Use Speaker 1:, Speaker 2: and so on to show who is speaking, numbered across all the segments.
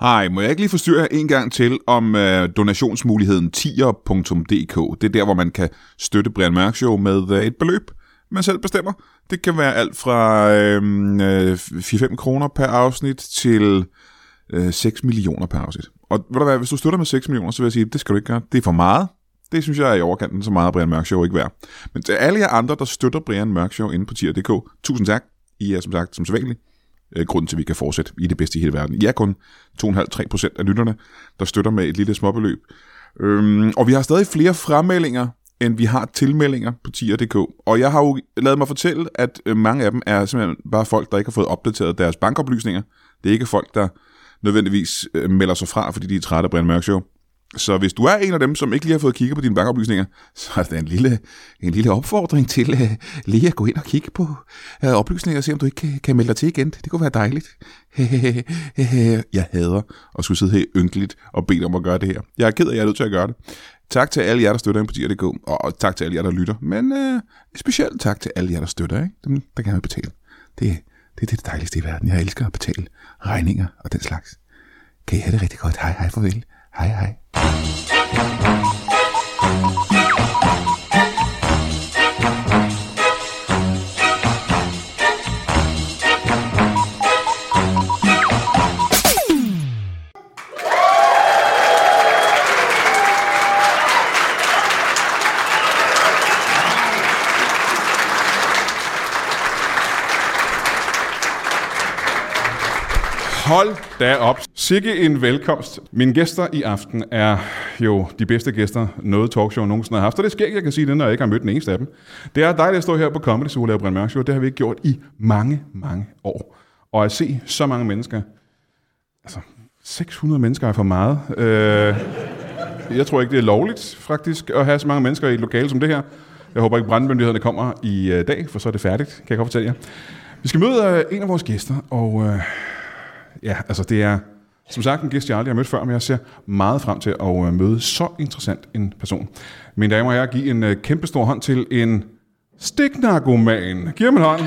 Speaker 1: Ej, må jeg ikke lige forstyrre jer en gang til om øh, donationsmuligheden tier.dk. Det er der, hvor man kan støtte Brian Mørk Show med øh, et beløb, man selv bestemmer. Det kan være alt fra øh, øh, 4-5 kroner per afsnit til øh, 6 millioner per afsnit. Og ved du hvad, hvis du støtter med 6 millioner, så vil jeg sige, det skal du ikke gøre. Det er for meget. Det synes jeg er i overkanten, så meget er Brian Mørk Show ikke værd. Men til alle jer andre, der støtter Brian Mørk Show inde på tier.dk, tusind tak. I er som sagt som sædvanligt øh, grunden til, at vi kan fortsætte i det bedste i hele verden. I er kun 2,5-3 procent af lytterne, der støtter med et lille småbeløb. Øhm, og vi har stadig flere fremmeldinger, end vi har tilmeldinger på tier.dk. Og jeg har jo lavet mig fortælle, at øh, mange af dem er simpelthen bare folk, der ikke har fået opdateret deres bankoplysninger. Det er ikke folk, der nødvendigvis øh, melder sig fra, fordi de er trætte af Brian Mørk Show. Så hvis du er en af dem, som ikke lige har fået kigget på dine bankoplysninger, så er det en lille, en lille opfordring til uh, lige at gå ind og kigge på uh, oplysninger og se, om du ikke kan, kan melde dig til igen. Det kunne være dejligt. jeg hader at skulle sidde her ynkeligt og bede om at gøre det her. Jeg er ked af, at jeg er nødt til at gøre det. Tak til alle jer, der støtter ind på DIR.dk, og og tak til alle jer, der lytter. Men uh, specielt tak til alle jer, der støtter. Ikke? Dem, der gerne vil betale. Det, det er det dejligste i verden. Jeg elsker at betale regninger og den slags. Kan I have det rigtig godt. Hej, hej, farvel. Hej, hej.
Speaker 2: Hold da op. Sikke en velkomst. Mine gæster i aften er jo de bedste gæster, noget talkshow nogensinde har haft. Og det sker ikke, jeg kan sige det, når jeg ikke har mødt den eneste af dem. Det er dejligt at stå her på Comedy Zoo og lave Brian Mørk Show. Det har vi ikke gjort i mange, mange år. Og at se så mange mennesker, altså 600 mennesker er for meget. Øh, jeg tror ikke, det er lovligt faktisk at have så mange mennesker i et lokale som det her. Jeg håber ikke, brandmyndighederne kommer i øh, dag, for så er det færdigt, kan jeg godt fortælle jer. Vi skal møde øh, en af vores gæster, og øh, ja, altså det er som sagt en gæst, jeg aldrig har mødt før, men jeg ser meget frem til at øh, møde så interessant en person. Mine damer og herrer, giv en øh, kæmpestor hånd til en stiknarkoman. Giv ham en hånd.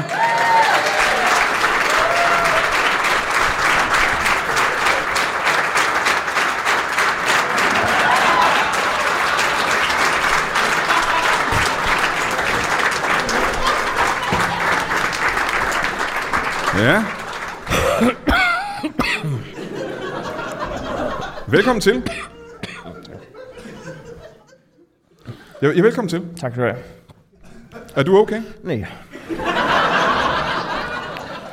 Speaker 2: Ja. Velkommen til. Ja, ja, velkommen til.
Speaker 3: Tak skal du have.
Speaker 2: Er du okay?
Speaker 3: Nej.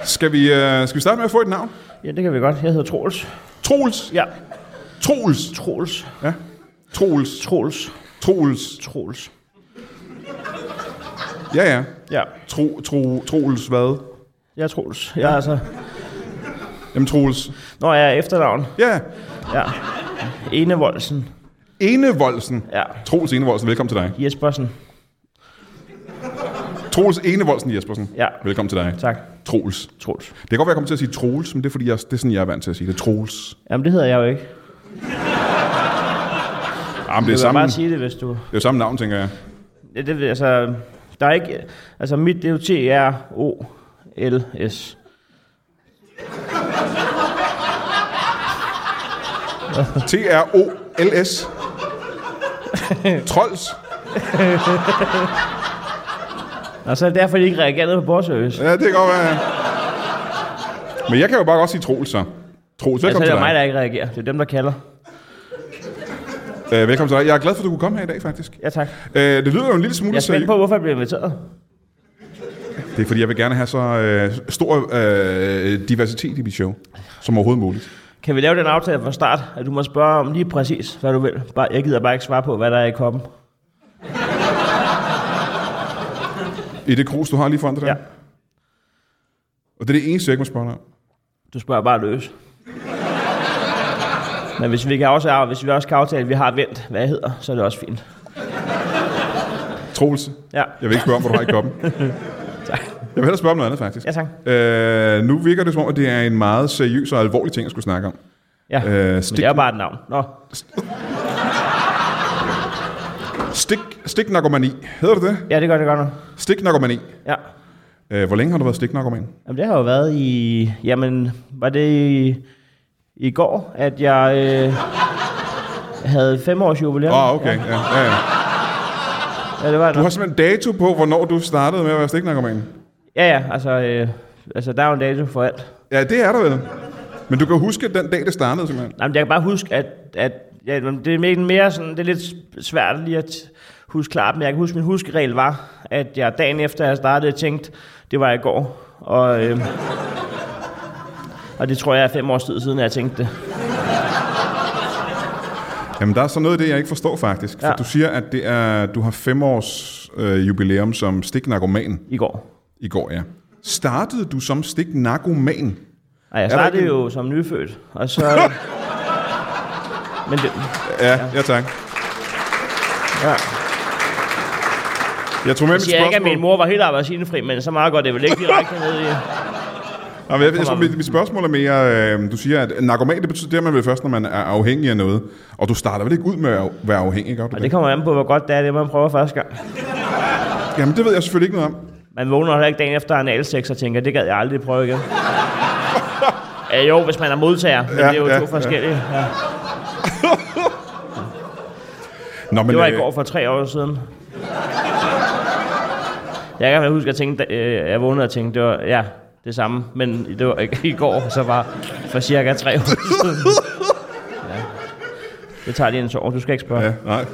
Speaker 2: Skal vi, øh, skal vi starte med at få et navn?
Speaker 3: Ja, det kan vi godt. Jeg hedder Troels.
Speaker 2: Troels.
Speaker 3: Ja.
Speaker 2: Troels.
Speaker 3: Troels.
Speaker 2: Ja. Troels.
Speaker 3: Troels.
Speaker 2: Troels.
Speaker 3: Troels.
Speaker 2: Ja, ja.
Speaker 3: Ja.
Speaker 2: Tro, tro, Troels hvad?
Speaker 3: Jeg er Troels. Jeg er altså...
Speaker 2: Jamen Troels.
Speaker 3: Nå, jeg er efternavn.
Speaker 2: Ja.
Speaker 3: Ja. Enevoldsen.
Speaker 2: Enevoldsen.
Speaker 3: Ja.
Speaker 2: Troels Enevoldsen, velkommen til dig.
Speaker 3: Jespersen.
Speaker 2: Troels Enevoldsen Jespersen.
Speaker 3: Ja.
Speaker 2: Velkommen til dig.
Speaker 3: Tak.
Speaker 2: Troels.
Speaker 3: Troels.
Speaker 2: Det kan godt være, jeg kommer til at sige Troels, men det er, fordi jeg, det er sådan, jeg er vant til at sige det. Troels.
Speaker 3: Jamen, det hedder jeg jo ikke. Du
Speaker 2: Jamen, det er,
Speaker 3: kan
Speaker 2: samme,
Speaker 3: bare
Speaker 2: det
Speaker 3: sige det, hvis du...
Speaker 2: er jo samme navn, tænker jeg.
Speaker 3: Ja, det, ved- altså, der er ikke... Altså, mit, det er jo T-R-O-L-S.
Speaker 2: T-R-O-L-S. Trolls.
Speaker 3: Og så er Altså, det derfor, de ikke reagerede på borservice.
Speaker 2: Ja, det kan godt være. Men jeg kan jo bare godt sige Troels, så. Troels,
Speaker 3: Altså,
Speaker 2: velkommen
Speaker 3: det er jo
Speaker 2: til
Speaker 3: mig,
Speaker 2: dig.
Speaker 3: der ikke reagerer. Det er dem, der kalder.
Speaker 2: Øh, velkommen til dig. Jeg er glad for, at du kunne komme her i dag, faktisk.
Speaker 3: Ja, tak.
Speaker 2: Øh, det lyder jo en lille smule
Speaker 3: Jeg er spændt på, hvorfor jeg bliver inviteret.
Speaker 2: Det er, fordi jeg vil gerne have så øh, stor øh, diversitet i mit show, som overhovedet muligt.
Speaker 3: Kan vi lave den aftale fra start, at du må spørge om lige præcis, hvad du vil? Bare, jeg gider bare ikke svare på, hvad der er i koppen.
Speaker 2: I det krus, du har lige foran dig der.
Speaker 3: Ja.
Speaker 2: Og det er det eneste, jeg ikke må spørge dig om.
Speaker 3: Du spørger bare løs. Men hvis vi, kan også, hvis vi også kan aftale, at vi har vendt, hvad jeg hedder, så er det også fint.
Speaker 2: Troels,
Speaker 3: Ja,
Speaker 2: jeg vil ikke spørge om, hvor du har i koppen.
Speaker 3: tak.
Speaker 2: Jeg vil hellere spørge om noget andet, faktisk.
Speaker 3: Ja, tak.
Speaker 2: Øh, nu virker det som om, at det er en meget seriøs og alvorlig ting, jeg skulle snakke om.
Speaker 3: Ja. Øh,
Speaker 2: Øh,
Speaker 3: Men
Speaker 2: stik,
Speaker 3: det er jo bare et navn. Nå,
Speaker 2: stik, stiknarkomani. Hedder det det?
Speaker 3: ja, det gør det godt nok.
Speaker 2: Stiknarkomani.
Speaker 3: Ja.
Speaker 2: Øh, hvor længe har du været stiknarkoman?
Speaker 3: Jamen, det har jo været i... Jamen, var det i i går, at jeg øh, havde fem års jubilæum.
Speaker 2: Åh, oh, okay. Ja, ja, ja.
Speaker 3: Ja, det var
Speaker 2: Du
Speaker 3: det.
Speaker 2: har simpelthen dato på, hvornår du startede med at være stiknarkoman.
Speaker 3: Ja, ja, altså, øh, altså der er jo en dato for alt.
Speaker 2: Ja, det er der vel. Men du kan huske den dag, det startede simpelthen.
Speaker 3: Nej, men jeg kan bare huske, at, at ja, men det er mere- mere sådan, det er lidt svært lige at huske klart, men jeg kan huske, at min huskeregel var, at jeg dagen efter, jeg startede, tænkte, det var i går. Og, øh, og det tror jeg er fem års tid siden, at jeg tænkte det.
Speaker 2: Jamen, der er så noget af det, jeg ikke forstår faktisk. For
Speaker 3: Ja.
Speaker 2: du siger, at det er, du har fem års øh, jubilæum som stiknarkoman
Speaker 3: I går.
Speaker 2: i går, ja. Startede du som stiknarkoman?
Speaker 3: Og jeg
Speaker 2: der
Speaker 3: startede
Speaker 2: ikke en-
Speaker 3: jo som nyfødt, og så... men det,
Speaker 2: Ja, ja tak.
Speaker 3: ja.
Speaker 2: Jeg tog med mit
Speaker 3: Jeg siger
Speaker 2: spørgsmål.
Speaker 3: ikke, at min mor var helt appelsinefri, men så meget godt, det er vel ikke direkte ned i...
Speaker 2: Nå, men jeg, jeg tror, mit, mit spørgsmål er mere, øh, du siger, at narkoman, det betyder, det er man vel først, når man er afhængig af noget. Og du starter vel ikke ud med at være afhængig, gør du
Speaker 3: Og
Speaker 2: det?
Speaker 3: det kommer an på, hvor godt det er, det man prøver første gang.
Speaker 2: Jamen, det ved jeg selvfølgelig ikke noget om.
Speaker 3: Man vågner heller ikke dagen efter en alsex og tænker, det gad jeg aldrig prøve igen. ja, jo, hvis man er modtager, men
Speaker 2: Ja,
Speaker 3: ja, det er jo
Speaker 2: ja,
Speaker 3: ja, to
Speaker 2: ja.
Speaker 3: forskellige. Ja.
Speaker 2: Nå, men,
Speaker 3: Det var
Speaker 2: øh,
Speaker 3: i går for tre år siden. Jeg kan huske, at jeg, tænkte, øh, jeg vågnede og tænkte, det var, ja, det samme, men det var ikke i går, så var for cirka tre år siden. Ja. Det tager lige en sår, du skal ikke spørge. Ja,
Speaker 2: Ja, nej.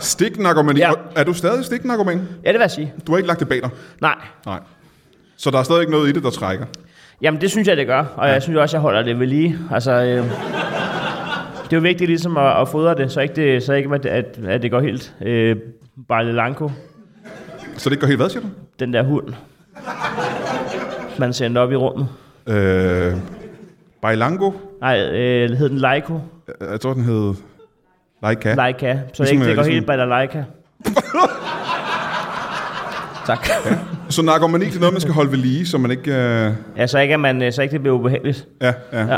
Speaker 2: Stiknarkomani.
Speaker 3: Ja.
Speaker 2: Ja. Er du stadig stiknarkoman?
Speaker 3: ja det vil jeg sige.
Speaker 2: Du har ikke lagt det bag dig?
Speaker 3: Nej.
Speaker 2: Nej. Så der er stadig ikke noget i det, der trækker?
Speaker 3: Jamen, det synes jeg, det gør, og ja. jeg synes også, jeg holder det ved lige. Altså, øh, det er jo vigtigt ligesom at, at fodre det, så ikke, det, så ikke at, at, at det går helt øh, bare lanko,
Speaker 2: Så det går helt hvad, siger du?
Speaker 3: den der hund, man sendte op i rummet.
Speaker 2: Øh, Bailango?
Speaker 3: Nej, øh, hed den Leiko?
Speaker 2: Jeg- Jeg tror, den hed... Leica. Le-
Speaker 3: Leica. Så
Speaker 2: Ligesom,
Speaker 3: ikke det
Speaker 2: øh,
Speaker 3: går
Speaker 2: ligesom-
Speaker 3: helt balalaika. tak.
Speaker 2: så narkomani, det er noget, man skal holde ved lige, så man ikke... Øh...
Speaker 3: Ja, så ikke, at man, øh, så ikke det bliver ubehageligt.
Speaker 2: Ja, ja, ja.
Speaker 3: Ja.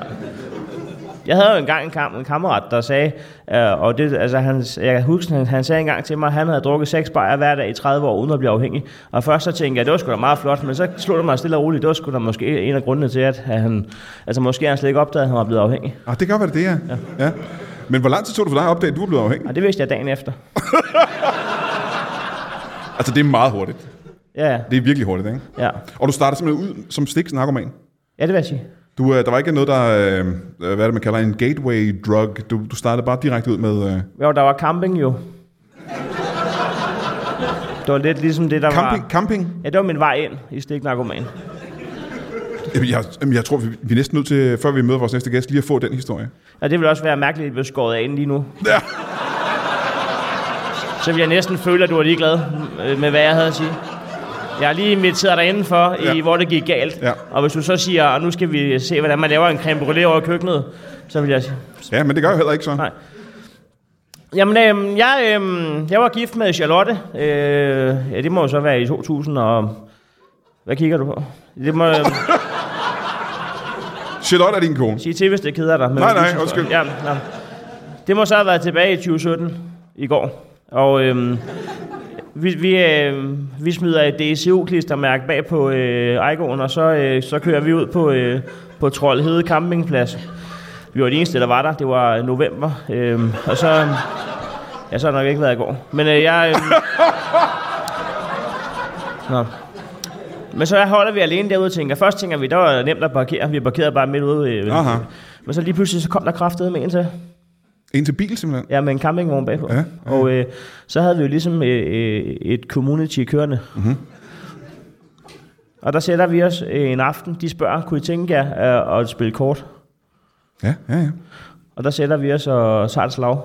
Speaker 3: Jeg havde jo engang en, kam- en kammerat, der sagde, øh, og det, altså, han, jeg kan huske, han, han sagde engang til mig, at han havde drukket seks bajer hver dag i 30 år, uden at blive afhængig. Og først så tænkte jeg, det var sgu da meget flot, men så slog det mig stille og roligt, det var sgu da måske en af grundene til, at han, altså måske har han slet ikke opdagede, at han var blevet afhængig.
Speaker 2: Ah, det kan godt være, det er. Ja. ja. Men hvor lang tid tog det for dig at opdage, at du er blevet afhængig?
Speaker 3: Og det vidste jeg dagen efter.
Speaker 2: Altså, det er meget hurtigt.
Speaker 3: Ja, ja.
Speaker 2: Det er virkelig hurtigt, ikke?
Speaker 3: ja.
Speaker 2: Og du starter simpelthen ud som stiknarkoman.
Speaker 3: Ja, det vil jeg sige.
Speaker 2: Du, øh, der var ikke noget, der... Øh, hvad er det, man kalder en gateway drug? Du, du startede bare direkte ud med... Øh...
Speaker 3: Jo, der var camping jo. Det var lidt ligesom det, der
Speaker 2: Camping?
Speaker 3: var...
Speaker 2: Camping?
Speaker 3: Ja, det var min vej ind i stiknarkoman.
Speaker 2: Jamen, jeg, jamen, jeg tror, vi, vi er næsten nødt til, før vi møder vores næste gæst, lige at få den historie.
Speaker 3: Og det ville også være mærkeligt, at blive skåret af lige nu.
Speaker 2: Ja.
Speaker 3: Så vil jeg næsten føle, at du er ligeglad øh, med, hvad jeg havde at sige. Jeg har lige inviteret dig indenfor, ja. i,
Speaker 2: Ja.
Speaker 3: hvor det gik galt.
Speaker 2: Ja.
Speaker 3: Og hvis du så siger, og nu skal vi se, hvordan man laver en creme brulee over i køkkenet, så vil jeg sige...
Speaker 2: Ja, men det gør jeg heller ikke så.
Speaker 3: Nej. Jamen, øhm, jeg, øhm, jeg var gift med Charlotte. Øh, ja, det må jo så være i 2000 og... Hvad kigger du på? Det må øhm, jeg
Speaker 2: Charlotte er din kone.
Speaker 3: sige til, hvis det keder dig. men-
Speaker 2: Nej, nej, undskyld.
Speaker 3: Ja, nej. Det må så have været tilbage i 2017 i går. Og øhm, vi, vi, øh, vi smider et DCU-klistermærke bag på øh, Icon, og så, øh, så kører vi ud på, øh, på Trollhede Campingplads. Vi var de eneste, der var der. Det var november. Øh, og så... Øh, ja, så har det nok ikke været i går. Men øh, jeg... Øh, Nå. Men så holder vi alene derude og tænker, først tænker vi, der var nemt at parkere. Vi parkerede bare midt ude. Øh,
Speaker 2: Aha.
Speaker 3: Men så lige pludselig, så kom der kraftede med en til.
Speaker 2: En til bil, simpelthen.
Speaker 3: Ja, med en campingvogn bagpå.
Speaker 2: Ja, ja.
Speaker 3: Og øh, så havde vi jo ligesom øh, øh, et community kørende.
Speaker 2: Mhm.
Speaker 3: Mm-hmm. Og der sætter vi os øh, en aften. De spørger, kunne I tænke jer øh, at spille kort?
Speaker 2: Ja, ja, ja.
Speaker 3: Og der sætter vi os og tager et slag.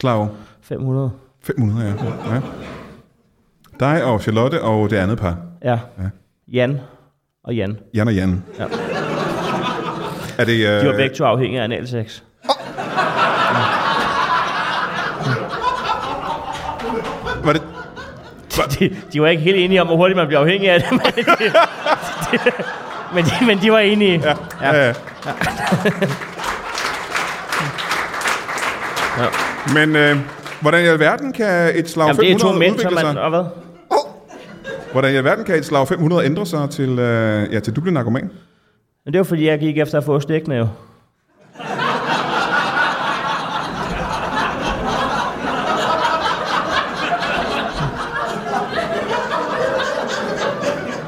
Speaker 2: Slag over.
Speaker 3: 500.
Speaker 2: 500, ja. ja. Dig og Charlotte og det andet par.
Speaker 3: Ja.
Speaker 2: Ja.
Speaker 3: ja. Jan og Jan.
Speaker 2: Jan og Jan.
Speaker 3: Ja.
Speaker 2: Er det, øh,
Speaker 3: De var begge to afhængige af analsex.
Speaker 2: Var det,
Speaker 3: De, de var ikke helt enige om, hvor hurtigt man bliver afhængig af det. Men de, de, men de, men de var enige. Ja.
Speaker 2: ja. Ja.
Speaker 3: Ja.
Speaker 2: Men øh, hvordan i alverden kan et slag
Speaker 3: Jamen, det er to
Speaker 2: 500
Speaker 3: mænd,
Speaker 2: udvikle
Speaker 3: som man...
Speaker 2: sig?
Speaker 3: Og hvad?
Speaker 2: Hvordan i alverden kan et slag 500 ændre sig til, øh, ja, til du bliver narkoman?
Speaker 3: Men det var fordi, jeg gik efter at få stikkene jo.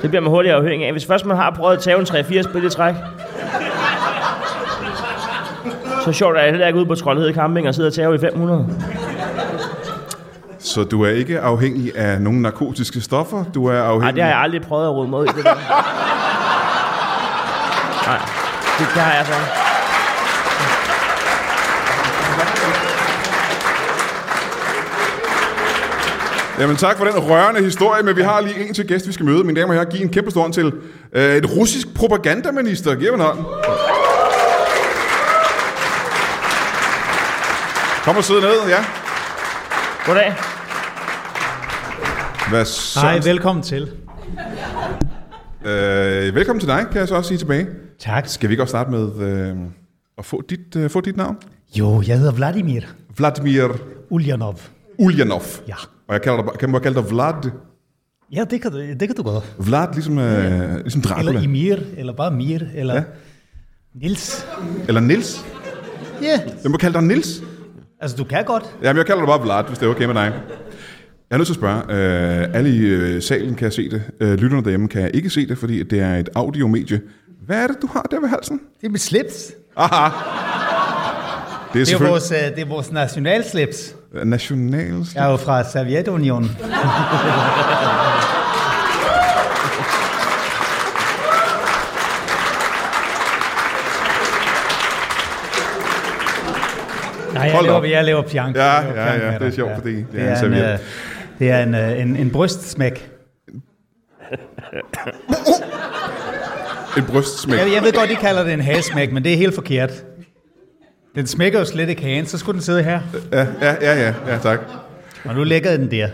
Speaker 3: Det bliver man hurtigt afhængig af. Hvis først man har prøvet at tage en 3-4 spil i træk, så sjovt er jeg heller ikke ude på Troldhed Camping og sidder og tager i 500.
Speaker 2: Så du er ikke afhængig af nogen narkotiske stoffer? Du er afhængig...
Speaker 3: Nej, det har jeg aldrig prøvet at rode mig ud i. Det der. Nej, det, det har jeg så. ikke.
Speaker 2: Jamen tak for den rørende historie, men vi har lige en til gæst, vi skal møde. Mine damer og herrer, giv en kæmpe stor hånd til øh, et russisk propagandaminister. Giv ham en hånd. Kom og sidde ned, ja.
Speaker 3: Goddag.
Speaker 2: Hvad så?
Speaker 4: Hej, velkommen til.
Speaker 2: Øh, velkommen til dig, kan jeg så også sige tilbage.
Speaker 4: Tak.
Speaker 2: Skal vi ikke også starte med øh, at få dit, øh, få dit navn?
Speaker 4: Jo, jeg hedder Vladimir
Speaker 2: Vladimir
Speaker 4: Ulyanov.
Speaker 2: Ulyanov.
Speaker 4: Ja.
Speaker 2: Og jeg kalder dig, bare- kan man bare kalde dig Vlad?
Speaker 4: Ja, det kan du, det kan du godt.
Speaker 2: Vlad, ligesom, øh, ligesom Dracula.
Speaker 4: Eller
Speaker 2: Eller,
Speaker 4: Emir, eller bare Mir, eller
Speaker 2: Ja.
Speaker 4: ja. Nils.
Speaker 2: Eller Nils.
Speaker 4: Ja,
Speaker 2: Jeg må kalde dig Nils.
Speaker 4: altså du kan godt.
Speaker 2: Jamen, jeg kalder dig bare Vlad, hvis det er okay med dig. Jeg er nødt til at spørge. Øh, alle i øh, salen kan se det. Øh, lytterne derhjemme kan ikke se det, fordi det er et audiomedie. Hvad er det, du har der ved halsen?
Speaker 4: Det er mit slips.
Speaker 2: Aha! Det er
Speaker 4: Det er
Speaker 2: selvfølgelig
Speaker 4: vores, øh, det er vores nationalslips.
Speaker 2: vores... national...
Speaker 4: Jeg er jo fra Sovjetunionen. Nej, jeg
Speaker 2: Hold da op.
Speaker 4: laver, jeg laver pjank.
Speaker 2: Ja,
Speaker 4: Jeg laver
Speaker 2: ja,
Speaker 4: pjank
Speaker 2: ja,
Speaker 4: med
Speaker 2: det er
Speaker 4: dig.
Speaker 2: sjovt, fordi det er
Speaker 4: det
Speaker 2: en
Speaker 4: er en,
Speaker 2: serviet.
Speaker 4: øh, det er en, øh, en, en brystsmæk.
Speaker 2: En brystsmæk.
Speaker 4: Jeg, jeg ved godt, de kalder det en halsmæk, men det er helt forkert. Den smækker jo slet ikke hagen, så skulle den sidde her.
Speaker 2: Ja, ja, ja, ja, ja, tak.
Speaker 4: Og nu lægger den der.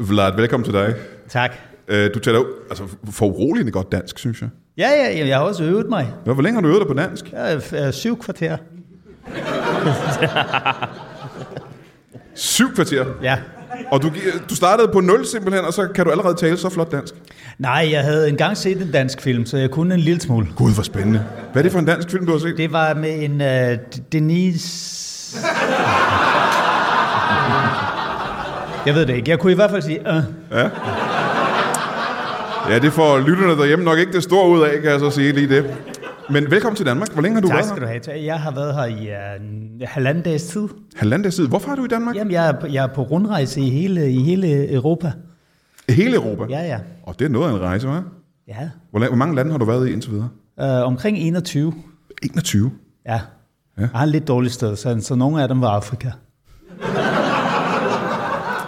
Speaker 2: Vlad, velkommen til dig.
Speaker 4: Tak.
Speaker 2: Øh, du taler jo altså, for uroligende godt dansk, synes jeg.
Speaker 4: Ja, ja, ja, jeg har også øvet mig.
Speaker 2: Nå, Hvor længe har du øvet dig på dansk?
Speaker 4: Jeg er øh, syv kvarter.
Speaker 2: Syv kvarter.
Speaker 4: Ja.
Speaker 2: Og du, gi- du startede på 0 simpelthen, og så kan du allerede tale så flot dansk.
Speaker 4: Nej, jeg havde engang set en dansk film, så jeg kunne en lille smule.
Speaker 2: Gud, hvor spændende. Hvad er det for en dansk film, du har set?
Speaker 4: Det var med en uh, Denise... Jeg ved det ikke. Jeg kunne i hvert fald sige... Uh.
Speaker 2: Ja, det får lytterne derhjemme nok ikke det store ud af, kan jeg så sige lige det. Men velkommen til Danmark. Hvor længe har du
Speaker 4: Tak
Speaker 2: været
Speaker 4: skal du
Speaker 2: her?
Speaker 4: have. Jeg har været her i uh, halvanden dags tid.
Speaker 2: Halvandet side. Hvorfor er du i Danmark?
Speaker 4: Jamen, jeg er, på- jeg er på rundrejse i hele, i hele Europa.
Speaker 2: Hele Europa?
Speaker 4: Ja, ja.
Speaker 2: Og det er noget af en rejse, hva'?
Speaker 4: ja.
Speaker 2: Hvor, la- hvor mange lande har du været i indtil videre?
Speaker 4: Uh, omkring 21.
Speaker 2: 21.
Speaker 4: Ja.
Speaker 2: Ja.
Speaker 4: Jeg har en lidt dårlig sted, så, så nogle af dem var Afrika.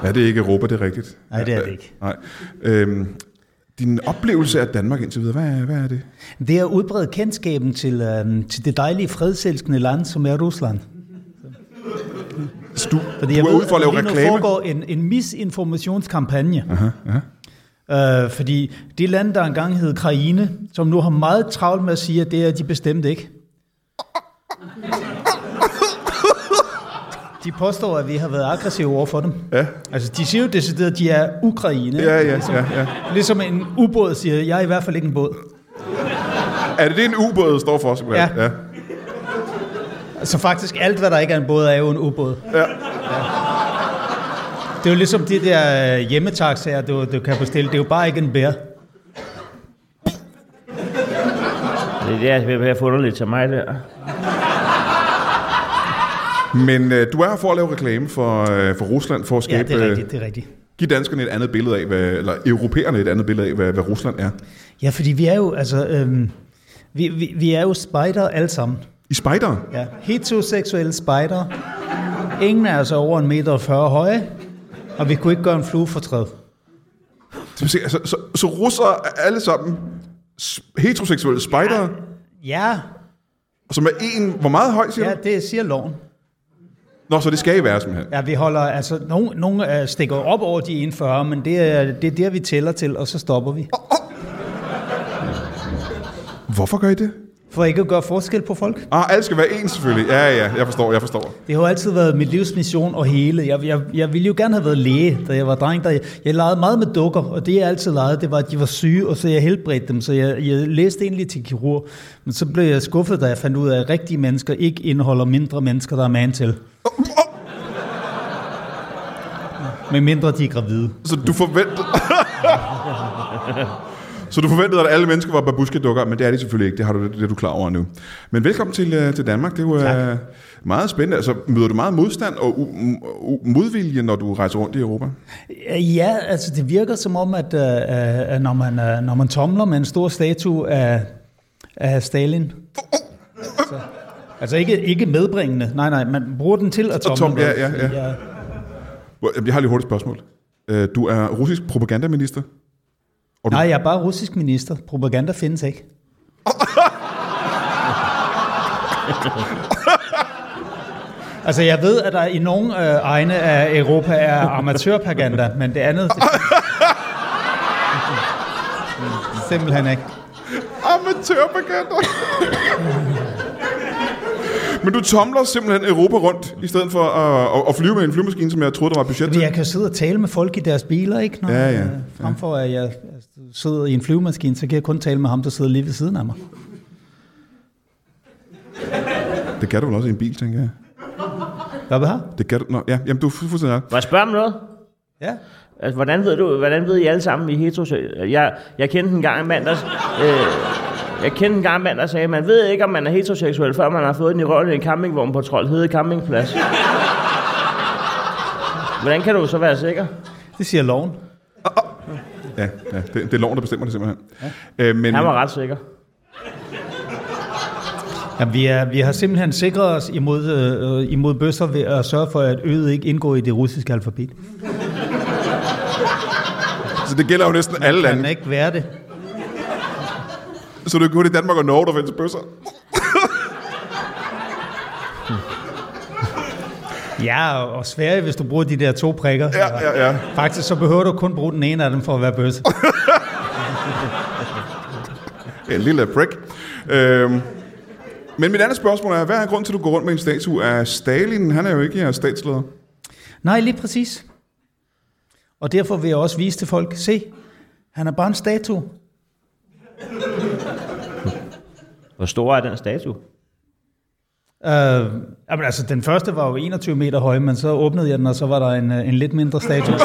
Speaker 2: Ja, det er ikke Europa, det er rigtigt.
Speaker 4: Nej, det er det ikke.
Speaker 2: Nej. Øhm, din oplevelse af Danmark indtil videre, hvad er, hvad er det?
Speaker 4: Det er at udbrede kendskaben til, uh, til det dejlige fredselskende land, som er Rusland.
Speaker 2: Så Du,
Speaker 4: Fordi
Speaker 2: du
Speaker 4: jeg
Speaker 2: er
Speaker 4: ved,
Speaker 2: ude for at
Speaker 4: der
Speaker 2: lave
Speaker 4: lige nu
Speaker 2: reklame.
Speaker 4: foregår en, en misinformationskampagne.
Speaker 2: Aha, aha.
Speaker 4: Øh, fordi det land, der engang hed Ukraine, som nu har meget travlt med at sige, at det er de bestemt ikke. De påstår, at vi har været aggressive over for dem.
Speaker 2: Ja.
Speaker 4: Altså, de siger jo decideret, at de er Ukraine.
Speaker 2: Ja, ja,
Speaker 4: ligesom,
Speaker 2: ja, ja.
Speaker 4: Ligesom en ubåd siger, jeg er i hvert fald ikke en båd.
Speaker 2: Er det det, en ubåd står for? Simpelthen?
Speaker 4: Ja.
Speaker 2: ja.
Speaker 4: Så faktisk alt, hvad der ikke er en båd, er jo en ubåd.
Speaker 2: Ja.
Speaker 4: Det er jo ligesom de der øh, hjemmetaxaer, du, du kan bestille. Det er jo bare ikke en bær.
Speaker 3: Det er det, jeg har fundet lidt til mig der.
Speaker 2: Men øh, du er her for at lave reklame for, øh, for Rusland, for at
Speaker 4: Ja,
Speaker 2: skabe,
Speaker 4: det er
Speaker 2: øh,
Speaker 4: rigtigt, det er rigtigt.
Speaker 2: give danskerne et andet billede af, hvad, eller europæerne et andet billede af, hvad, hvad Rusland er.
Speaker 4: Ja, fordi vi er jo, altså, øhm, vi, vi, vi er jo spejder alle sammen.
Speaker 2: I spejdere?
Speaker 4: Ja. Heteroseksuelle spejder. Ingen er altså over en meter og 40 høje, og vi kunne ikke gøre en flue for træd.
Speaker 2: Det vil sige, Altså, så, så russere er alle sammen s- heteroseksuelle spejdere,
Speaker 4: Ja,
Speaker 2: som er en... Hvor meget høj, siger
Speaker 4: ja,
Speaker 2: ja. du?
Speaker 4: det siger loven.
Speaker 2: Nå, så det skal I være, simpelthen.
Speaker 4: Ja, vi holder, altså, nogen, nogen øh, stikker op over de 41, men det er, det er der, vi tæller til, og så stopper vi.
Speaker 2: Hvorfor gør I det?
Speaker 4: For ikke at gøre forskel på folk.
Speaker 2: Ah, alt skal være ens selvfølgelig. Ja, ja, jeg forstår, jeg forstår.
Speaker 4: Det har jo altid været mit livs mission og hele. Jeg, jeg, jeg ville jo gerne have været læge, da jeg var dreng. Der, jeg, jeg legede meget med dukker, og det jeg altid legede, det var, at de var syge, og så jeg helbredte dem. Så jeg, jeg læste egentlig til kirurg, men så blev jeg skuffet, da jeg fandt ud af, at rigtige mennesker ikke indeholder mindre mennesker, der er man til. Med mindre de er gravide.
Speaker 2: Så du forventede... Så du forventede, at alle mennesker var babuskedukker, men det er de selvfølgelig ikke. Det har du det er du klar over nu. Men velkommen til, øh, til Danmark. Det er jo tak. meget spændende. Altså, møder du meget modstand og u- u- modvilje, når du rejser rundt i Europa?
Speaker 4: Ja, altså det virker som om, at, øh, øh, at når, man, øh, når man tomler med en stor statue af, af Stalin. Så, altså ikke, ikke medbringende, nej nej, man bruger den til at tomle.
Speaker 2: tomle,
Speaker 4: med,
Speaker 2: ja, ja,
Speaker 4: fordi
Speaker 2: ja.
Speaker 4: jeg-
Speaker 2: Hvor- Jeg har lige et hurtigt spørgsmål. Øh, Du er russisk propagandaminister. Og du,
Speaker 4: Nej, jeg er bare russisk minister. Propaganda findes ikke. altså, jeg ved, at der i nogle øh, egne af Europa er amatørpaganda, men det andet... Det... Simpelthen ikke.
Speaker 2: Amatørpropaganda! Men du tomler simpelthen Europa rundt, i stedet for at, at- at flyve med en flyvemaskine, som jeg troede, der var budget
Speaker 4: Men
Speaker 2: til.
Speaker 4: jeg kan jo sidde og tale med folk i deres biler, ikke? Når,
Speaker 2: Ja, ja.
Speaker 4: øh, Fremfor at jeg altså, sidder i en flyvemaskine, så kan jeg kun tale med ham, der sidder lige ved siden af mig.
Speaker 2: Det kan du vel også i en bil, tænker jeg.
Speaker 4: Hvad ved her?
Speaker 2: Det kan du... Nå, ja, jamen, du er fu- fuldstændig ret.
Speaker 3: Må jeg spørge om noget?
Speaker 4: Ja.
Speaker 3: Altså, hvordan ved du, hvordan ved I alle sammen, I er heteroseksuelle? Jeg, jeg kendte en gang en mand, der... Øh, jeg kendte en gang en mand, der sagde, man ved ikke, om man er heteroseksuel, før man har fået den i røven i en campingvogn på Trold Hede Campingplads. Hvordan kan du så være sikker?
Speaker 4: Det siger loven.
Speaker 2: Ja, ja det, det er loven, der bestemmer det simpelthen. Ja. Øh, men,
Speaker 3: Han var ret sikker.
Speaker 4: Jamen, vi, er, vi har simpelthen sikret os imod, øh, imod bøsser ved at sørge for, at øget ikke indgår i det russiske alfabet.
Speaker 2: så det gælder jo næsten alle
Speaker 4: Kan
Speaker 2: lande.
Speaker 4: ikke være det?
Speaker 2: Så det er kun i Danmark og Norge, der findes bøsser.
Speaker 4: Ja, og Sverige, hvis du bruger de der to prikker.
Speaker 2: Ja, ja, ja.
Speaker 4: Faktisk så behøver du kun bruge den ene af dem for at være bøsse.
Speaker 2: En lille prick. Øh, men mit andet spørgsmål er, hvad er grund til, at du går rundt med en statue af Stalin? Han er jo ikke jeres statsleder.
Speaker 4: Nej, lige præcis. Og derfor vil jeg også vise til folk, se, han er bare en statue.
Speaker 3: Hvor stor er den statue?
Speaker 4: Øh, jamen, altså, den første var jo 21 meter høj, men så åbnede jeg den, og så var der en, øh, en lidt mindre statue.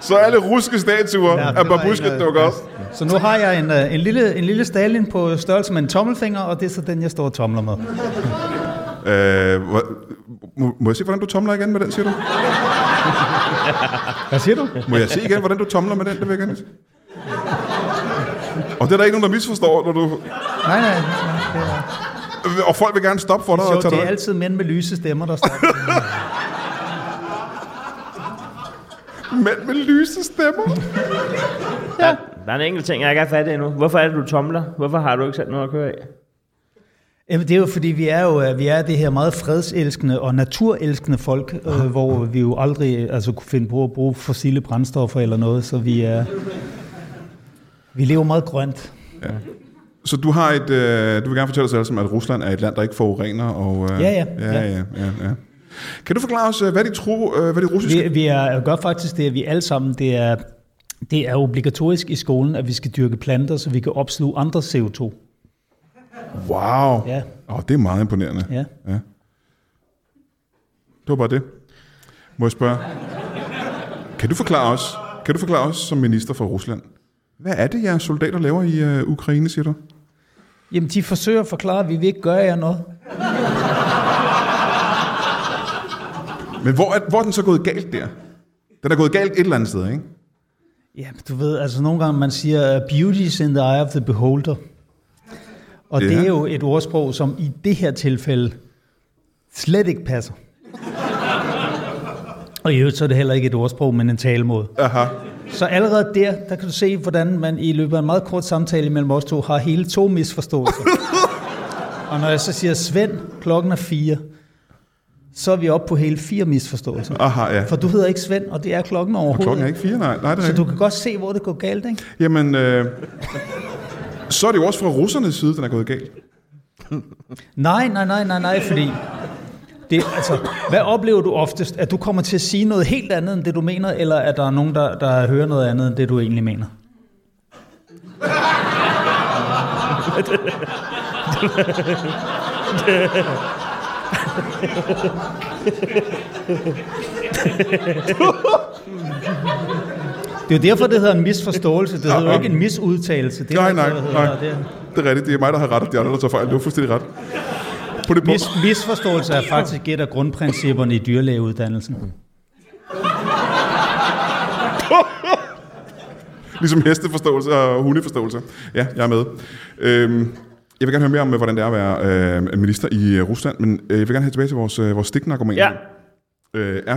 Speaker 2: Så alle russiske statuer
Speaker 4: Ja,
Speaker 2: ja,
Speaker 4: det
Speaker 2: af
Speaker 4: var en,
Speaker 2: babusjka
Speaker 4: øh,
Speaker 2: dukker også.
Speaker 4: Så nu har jeg en, øh, en, lille, en lille Stalin på størrelse med en tommelfinger, og det er så den, jeg står og tomler med.
Speaker 2: Øh, hvor- må, må jeg se, hvordan du tomler igen med den, siger du?
Speaker 4: Hvad siger du?
Speaker 2: Må jeg se igen, hvordan du tomler med den, det vil jeg gerne se. Og det er der ikke nogen, der misforstår, når du...
Speaker 4: Nej, nej.
Speaker 2: Og folk vil gerne stoppe for dig og
Speaker 4: Så
Speaker 2: tage
Speaker 4: det
Speaker 2: dig.
Speaker 4: er altid mænd med lyse stemmer, der står.
Speaker 2: Mænd med lyse stemmer.
Speaker 3: Der, der er en enkelt ting, jeg ikke har fat i endnu. Hvorfor er det, du tomler? Hvorfor har du ikke selv noget at køre af?
Speaker 4: Jamen, det er jo fordi, vi er jo øh, vi er det her meget fredselskende og naturelskende folk, øh, hvor vi jo aldrig øh, altså, kunne finde på at bruge fossile brændstoffer eller noget, så vi er... Vi lever meget grønt.
Speaker 2: Så du har et, øh, du vil gerne fortælle os alle sammen, at Rusland er et land, der ikke forurener. Og, øh,
Speaker 4: Ja, ja,
Speaker 2: ja, ja, ja, ja. Kan du forklare os, øh, hvad de tro, øh, hvad de russiske...
Speaker 4: Vi, vi er, gør faktisk det, at vi alle sammen, det er, det er obligatorisk i skolen, at vi skal dyrke planter, så vi kan opsluge andre CO2.
Speaker 2: Wow.
Speaker 4: Ja.
Speaker 2: Åh, det er meget imponerende.
Speaker 4: Ja.
Speaker 2: Det var bare det. Må jeg spørge? Kan du forklare os, kan du forklare os som minister for Rusland? Hvad er det, jeres soldater laver i øh, Ukraine, siger du?
Speaker 4: Jamen, de forsøger at forklare, at vi vil ikke gøre jer noget.
Speaker 2: Men hvor er, hvor er den så gået galt der? Den er gået galt et eller andet sted, ikke?
Speaker 4: Ja, du ved, altså nogle gange man siger, uh, beauty is in the eye of the beholder. Og
Speaker 2: Ja.
Speaker 4: det er jo et ordsprog, som i det her tilfælde slet ikke passer. Og i øvrigt så er det heller ikke et ordsprog, men en talemåde.
Speaker 2: Aha.
Speaker 4: Så allerede der, der kan du se, hvordan man i løbet af en meget kort samtale mellem os to har hele to misforståelser. og når jeg så siger, Svend, klokken er fire, så er vi oppe på hele fire misforståelser.
Speaker 2: Aha, ja.
Speaker 4: For du hedder ikke Svend, og det er klokken overhovedet.
Speaker 2: Klokken er ikke fire, nej. nej det er
Speaker 4: Så
Speaker 2: ikke.
Speaker 4: du kan godt se, hvor det går galt, ikke?
Speaker 2: Jamen, øh, så er det jo også fra russernes side, den er gået galt.
Speaker 4: Nej, nej, nej, nej, nej, fordi... Det, altså, hvad oplever du oftest? At du kommer til at sige noget helt andet, end det du mener, eller at der er nogen, der, der hører noget andet, end det du egentlig mener? Det er jo derfor, det hedder en misforståelse. Det hedder jo ikke en misudtalelse. Det er
Speaker 2: Nej,
Speaker 4: jo
Speaker 2: nej,
Speaker 4: ikke noget, der
Speaker 2: nej.
Speaker 4: hedder. Det er-
Speaker 2: Det er rigtigt, det er mig, der har ret, og de andre, der tager fejl. Du er fuldstændig ret. På det punkt.
Speaker 4: Mis, misforståelse er faktisk et af grundprincipperne i dyrlægeuddannelsen.
Speaker 2: Ligesom hesteforståelse og hundeforståelse. Ja, jeg er med. Øhm, jeg vil gerne høre mere om, øh, hvordan det er at være øh, minister i øh, Rusland, men øh, jeg vil gerne have tilbage til vores, øh, vores stiknarkoman.
Speaker 3: Ja.
Speaker 2: Øh, er,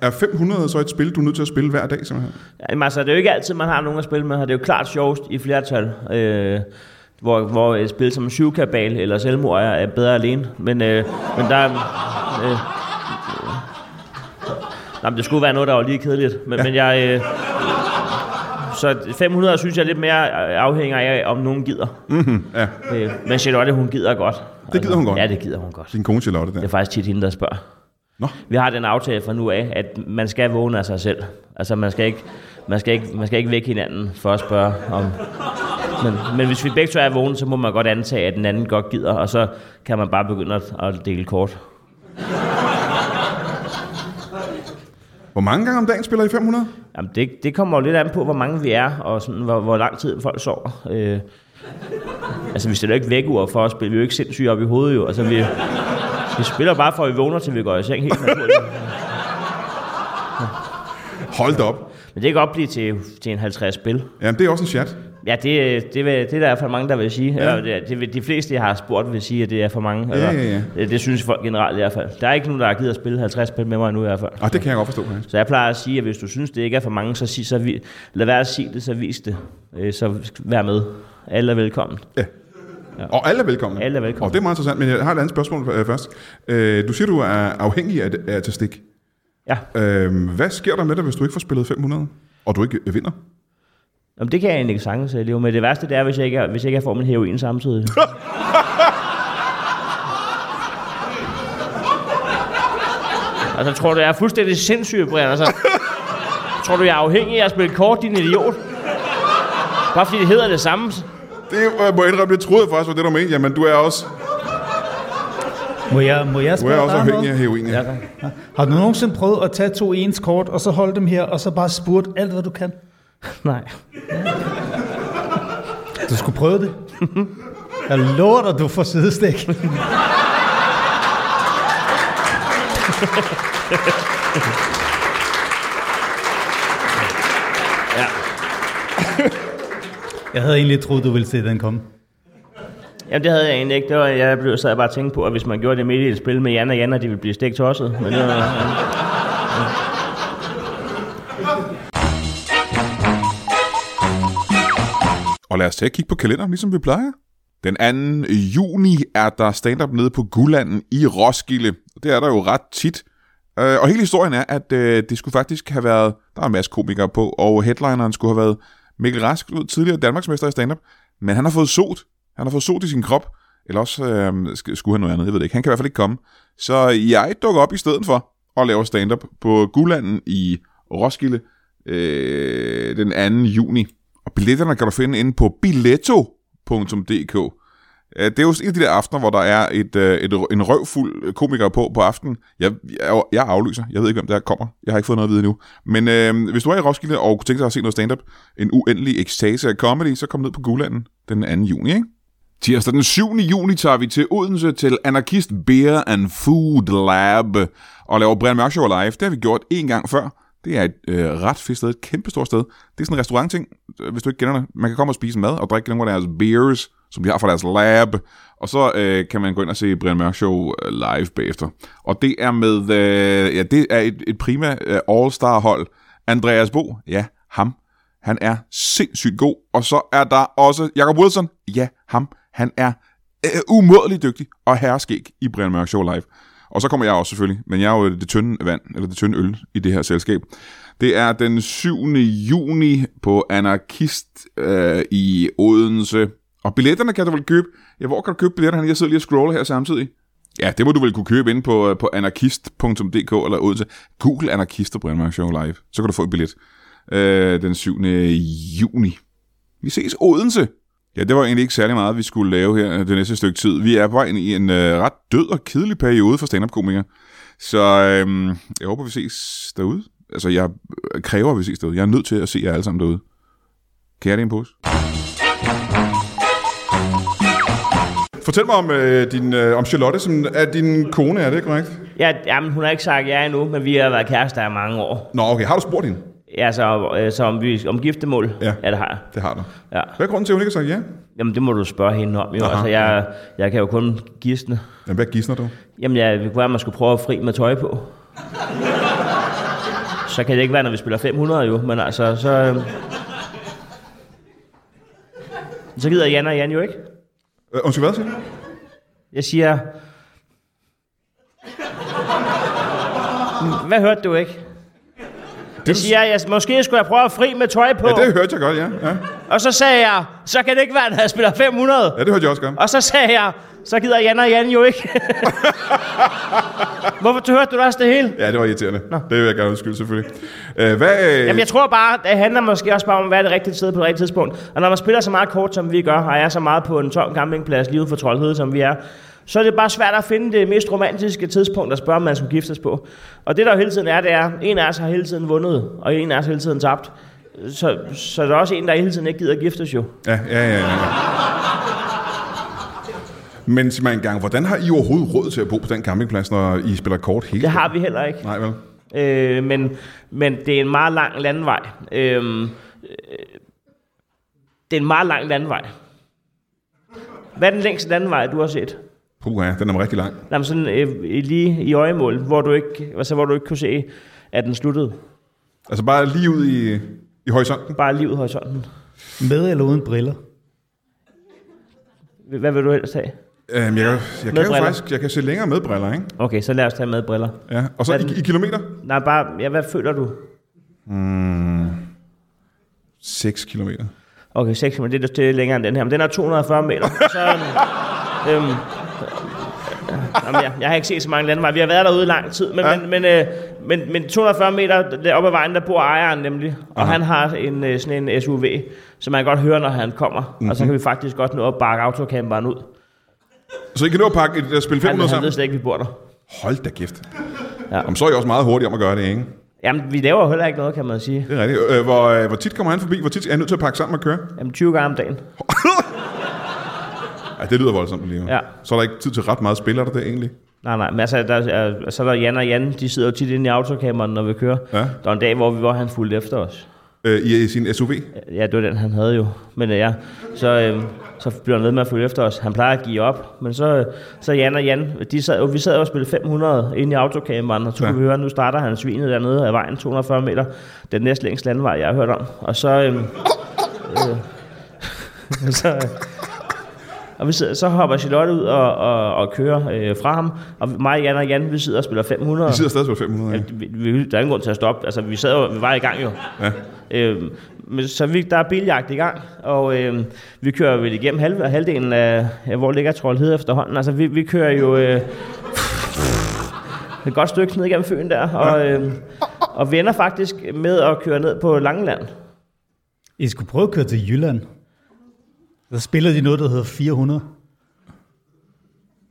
Speaker 2: er 500 så et spil, du er nødt til at spille hver dag, simpelthen?
Speaker 3: Jamen, altså, det er jo ikke altid, man har nogen at spille med her. Det er jo klart sjovest i flertal, øh, hvor, hvor et spil som syvkabal eller selvmord er, er bedre alene. Men, øh, men der... er, Øh, øh, jamen, det skulle være noget, der var lige kedeligt. Men, ja. men jeg... Øh, så 500 synes jeg lidt mere øh, afhænger af, om nogen gider.
Speaker 2: Mm-hmm, ja.
Speaker 3: Øh, men Charlotte, hun gider godt. Altså,
Speaker 2: Det gider hun godt.
Speaker 3: Ja, det gider hun godt.
Speaker 2: Din kone Charlotte der.
Speaker 3: Det er faktisk tit hende, der spørger.
Speaker 2: Nå.
Speaker 3: Vi har den aftale fra nu af, at man skal vågne af sig selv. Altså, man skal ikke, man skal ikke, man skal ikke vække hinanden for at spørge om... Men, men hvis vi begge to er vågne, så må man godt antage, at den anden godt gider, og så kan man bare begynde at, at dele kort.
Speaker 2: Hvor mange gange om dagen spiller I 500?
Speaker 3: Jamen, det, det kommer jo lidt an på, hvor mange vi er, og sådan, hvor, hvor lang tid folk sover. Øh, altså, vi stiller jo ikke vækkeur for at spille. Vi er jo ikke sindssyge op i hovedet, jo. Altså, vi, vi spiller bare for, at vi vågner, til vi går i seng helt naturligt.
Speaker 2: Hold da op.
Speaker 3: Men det kan godt blive til, til en 50 spil.
Speaker 2: Jamen, det er også en chat.
Speaker 3: Ja, det, det, vil, det er der i hvert fald mange, der vil sige. Ja. Det, det, vil- de fleste, jeg har spurgt, vil sige, at det er for mange.
Speaker 2: Ja,
Speaker 3: Eller, øh,
Speaker 2: ja,
Speaker 3: Det, det synes folk generelt i hvert fald. Der er ikke nogen, der har givet at spille 50 spil med mig nu i hvert fald.
Speaker 2: Og Ah, det kan jeg godt forstå, faktisk.
Speaker 3: Så jeg plejer at sige, at hvis du synes, det ikke er for mange, så, sig, så vi, lad være at sige det, så vis det. Øh, Så vær med. Alle er velkommen.
Speaker 2: Og alle er velkomne.
Speaker 3: Alle er velkomne.
Speaker 2: Og det er meget interessant, men jeg har et andet spørgsmål øh, først. Øh, du siger, du er afhængig af, af til stik.
Speaker 3: Ja,
Speaker 2: Øh, hvad sker der med dig, hvis du ikke får spillet 500? Og du ikke øh, vinder?
Speaker 3: Jamen, det kan jeg egentlig ikke sagtens leve med. Det værste det er, hvis jeg ikke, er- hvis jeg ikke får min heroin samtidig. Og så Altså, tror du, jeg er fuldstændig sindssyg, Brian. Altså, tror du, jeg er afhængig af at spille kort, din idiot? Bare fordi det hedder det samme.
Speaker 2: Det jeg
Speaker 1: øh,
Speaker 2: må jeg indrømme, det troede jeg faktisk var det, du mente. Jamen, du er også,
Speaker 4: Må jeg, må jeg
Speaker 2: du er
Speaker 4: spørge
Speaker 2: også
Speaker 4: dig
Speaker 2: afhængig af
Speaker 4: noget?
Speaker 2: heroin. Ja.
Speaker 3: Altså.
Speaker 4: Har du nogensinde prøvet at tage to ens kort, og så holde dem her, og så bare spurgt alt, hvad du kan?
Speaker 3: Nej.
Speaker 4: Du skulle prøve det. Jeg lover dig, du får sidestik.
Speaker 3: Ja.
Speaker 4: Jeg havde egentlig troet, du ville se den komme.
Speaker 3: Jamen, det havde jeg egentlig ikke. Det var, jeg blev sad bare og tænkte på, at hvis man gjorde det midt i et spil med Jan og Jan, at de ville blive stegt tosset. Men øh, det var,
Speaker 1: Og lad os tage et kig på kalenderen, ligesom vi plejer. Den 2. juni er der stand-up nede på Gullanden i Roskilde. Det er der jo ret tit. Øh, Og hele historien er, at øh, det skulle faktisk have været... Der er en masse komikere på, og headlineren skulle have været Mikkel Rask, tidligere Danmarksmester i stand-up. Men han har fået sot. Han har fået sot i sin krop. Eller også øh, sk- skulle han noget andet, jeg ved det ikke. Han kan i hvert fald ikke komme. Så jeg dukker op i stedet for og laver stand-up på Gullanden i Roskilde øh, den 2. juni. Og billetterne kan du finde inde på billetto.dk. Øh, Det er jo en af de der aftener, hvor der er et, øh, et, en røvfuld komiker på på aftenen. Jeg, jeg, jeg aflyser. Jeg ved ikke, hvem der kommer. Jeg har ikke fået noget at vide endnu. Men øh, hvis du er i Roskilde og kunne tænke dig at se noget stand-up, en uendelig ekstase af comedy, så kom ned på Gulanden den 2. juni, ikke? Tirsdag den 7. juni tager vi til Odense til Anarkist Beer and Food Lab og laver Brian Mørk Show live. Det har vi gjort en gang før. Det er et øh, ret fedt sted, et kæmpestort sted. Det er sådan en restaurantting, øh, hvis du ikke kender det. Man kan komme og spise mad og drikke nogle af deres beers, som de har fra deres lab. Og så øh, kan man gå ind og se Brian Mørk Show øh, live bagefter. Og det er med, øh, ja, det er et, et prima øh, all-star hold. Andreas Bo, ja, ham. Han er sindssygt god. Og så er der også Jacob Wilson. Ja, ham. Han er øh, umådelig dygtig og herreskæg i Brian Mørk Show Live. Og så kommer jeg også selvfølgelig, men jeg er jo det tynde vand, eller det tynde øl i det her selskab. Det er den 7. juni på Anarkist øh, i Odense, Og billetterne kan du vel købe? Ja, hvor kan du købe billetterne? Jeg sidder lige og scroller her samtidig. Ja, det må du vel kunne købe inde på, øh, på anarkist.dk eller Odense. Google anarkister Brandmark Show Live. Så kan du få en billet øh, den 7. juni. Vi ses Odense! Ja, det var egentlig ikke særlig meget, vi skulle lave her øh, det næste stykke tid. Vi er på vej ind i en øh, ret død og kedelig periode for stand-up-komikere. Så øh, jeg håber, vi ses derude. Altså, jeg øh, kræver, at vi ses derude. Jeg er nødt til at se jer alle sammen derude. Kan jeg det i en pose?
Speaker 2: Fortæl mig om, øh, din, øh, om Charlotte, som er din kone, er det korrekt?
Speaker 3: Ja, jamen, hun har ikke sagt ja endnu, men vi har været kærester i mange år.
Speaker 2: Nå, okay. Har du spurgt hende?
Speaker 3: Ja, så, øh, så om, vi, om giftemål,
Speaker 2: Ja.
Speaker 3: ja. ja, det har jeg.
Speaker 2: Det har du.
Speaker 3: Ja.
Speaker 2: Hvad er grunden til, at hun ikke har sagt ja?
Speaker 3: Jamen, det må du spørge hende om, jo. Altså, jeg, jeg kan jo kun gisne.
Speaker 2: Jamen, hvad gidsner du?
Speaker 3: Jamen, jeg det kunne være, at man skulle prøve at fri med tøj på. Så kan det ikke være, når vi spiller 500 jo, men altså, så... øhm, Så gider Jan og Jan jo ikke.
Speaker 2: Øh, undskyld, hvad siger du?
Speaker 3: Jeg siger... "Mm, Hvad hørte du ikke? Jeg siger, jeg, måske skulle jeg prøve at fri med tøj på.
Speaker 2: Ja, det hørte jeg godt, ja. ja.
Speaker 3: Og så sagde jeg, så kan det ikke være, at jeg spiller 500.
Speaker 2: Ja, det hørte jeg også godt.
Speaker 3: Og så sagde jeg, så gider Jan og Jan jo ikke. Hvorfor du hørte du da også det hele?
Speaker 2: Ja, det var irriterende. Nå. Det vil jeg gerne undskylde, selvfølgelig. Øh, hvad, øh,
Speaker 3: Jamen, jeg tror bare, det handler måske også bare om at være det rigtige sted på det rigtige tidspunkt. Og når man spiller så meget kort, som vi gør, og er så meget på en tom campingplads lige ude for Troldhede, som vi er, så er det bare svært at finde det mest romantiske tidspunkt at spørge, om man skulle giftes på. Og det, der jo hele tiden er, det er, en af os har hele tiden vundet, og en af os har hele tiden tabt. Så, så der er også en, der hele tiden ikke gider giftes jo.
Speaker 2: Ja, ja, ja. ja. Men sig mig engang, hvordan har I overhovedet råd til at bo på den campingplads, når I spiller kort hele
Speaker 3: Det har vi heller ikke.
Speaker 2: Nej, vel?
Speaker 3: Øh, men, men det er en meget lang landvej. Øhm, øh, det er en meget lang landvej. Hvad er den længste landvej, du har set?
Speaker 2: Puh, ja, den er rigtig lang.
Speaker 3: Jamen sådan øh, lige i øjemål, hvor du ikke, altså, hvor du ikke kunne se, at den sluttede.
Speaker 2: Altså bare lige ud i, i horisonten.
Speaker 3: Bare lige ud i horisonten.
Speaker 4: Med eller uden briller?
Speaker 3: Hvad vil du helst have?
Speaker 2: Øhm, jeg, jeg, jeg kan jo
Speaker 3: briller.
Speaker 2: faktisk jeg kan se længere med briller, ikke?
Speaker 3: Okay, så lad os tage med briller.
Speaker 2: Ja. Og så
Speaker 3: Er
Speaker 2: i,
Speaker 3: den-
Speaker 2: i, kilometer?
Speaker 3: Nej, bare, ja, hvad føler du?
Speaker 2: 6 kilometer.
Speaker 3: Okay, 6 men det er det er længere end den her. Men den er 240 meter. Så, øhm, øhm, Jamen, jeg, jeg har ikke set så mange landeveje. Vi har været derude i lang tid, men,
Speaker 2: Ja.
Speaker 3: ja. men, men, øh, men, men 240 meter der- oppe ad vejen, der bor ejeren nemlig, og Aha. han har en, øh, sådan en SUV, som man kan godt høre, når han kommer, mm-hmm. og
Speaker 2: Mhm.
Speaker 3: så kan vi faktisk godt nå at bakke autocamperen ud.
Speaker 2: Så I kan nå at pakke et, at spille 500
Speaker 3: Han, han ved
Speaker 2: sammen?
Speaker 3: slet ikke, vi bor der.
Speaker 2: Hold da kæft. Ja.
Speaker 3: Ja.
Speaker 2: Jamen, så er I også meget hurtige om at gøre det, ikke?
Speaker 3: Jamen, vi laver jo heller ikke noget, kan man sige.
Speaker 2: Det er rigtigt. Øh, hvor, øh, hvor tit kommer han forbi? Hvor tit er han nødt til at pakke sammen og køre?
Speaker 3: Jamen, 20 gange om dagen.
Speaker 2: Ej, det lyder voldsomt lige nu.
Speaker 3: Ja.
Speaker 2: Så er der ikke tid til ret meget spiller der det egentlig.
Speaker 3: Nej, nej, men altså, der er, så er der Jan og Jan, de sidder jo tit inde i autocamperen, når vi kører.
Speaker 2: Ja.
Speaker 3: Der var en dag, hvor vi var, han fulgte efter os.
Speaker 2: Øh, i, I sin SUV?
Speaker 3: Ja, det var den, han havde jo. Men øh, ja, så, øh, så blev han ved med at følge efter os. Han plejer at give op. Men så, øh, så Jan og Jan, de sad, jo, vi sad jo og spillede 500 inde i autocamperen, og så
Speaker 2: Ja.
Speaker 3: kunne vi høre, at nu starter han svinet dernede af vejen, 240 meter. Den næst længste landvej, jeg har hørt om. Og så... Øh, øh, så øh, og vi sidder, så hopper Charlotte ud og, og, og kører øh, fra ham. Og mig, Jan og Jan, vi sidder og spiller 500.
Speaker 2: I sidder stadig på 500, ikke?
Speaker 3: Ja, vi, vi, der er ingen grund til at stoppe. Altså, vi sad jo, vi var i gang jo.
Speaker 2: Ja.
Speaker 3: Øhm, men så vi, der er biljagt i gang, og øhm, vi kører vel igennem halv, halvdelen af, af, hvor ligger Trollhed efterhånden. Altså, vi, vi kører jo øh, et godt stykke ned igennem Fyn der, og, øhm, og vi ender faktisk med at køre ned på Langeland.
Speaker 4: I skulle prøve at køre til Jylland. Der spiller de noget, der hedder 400.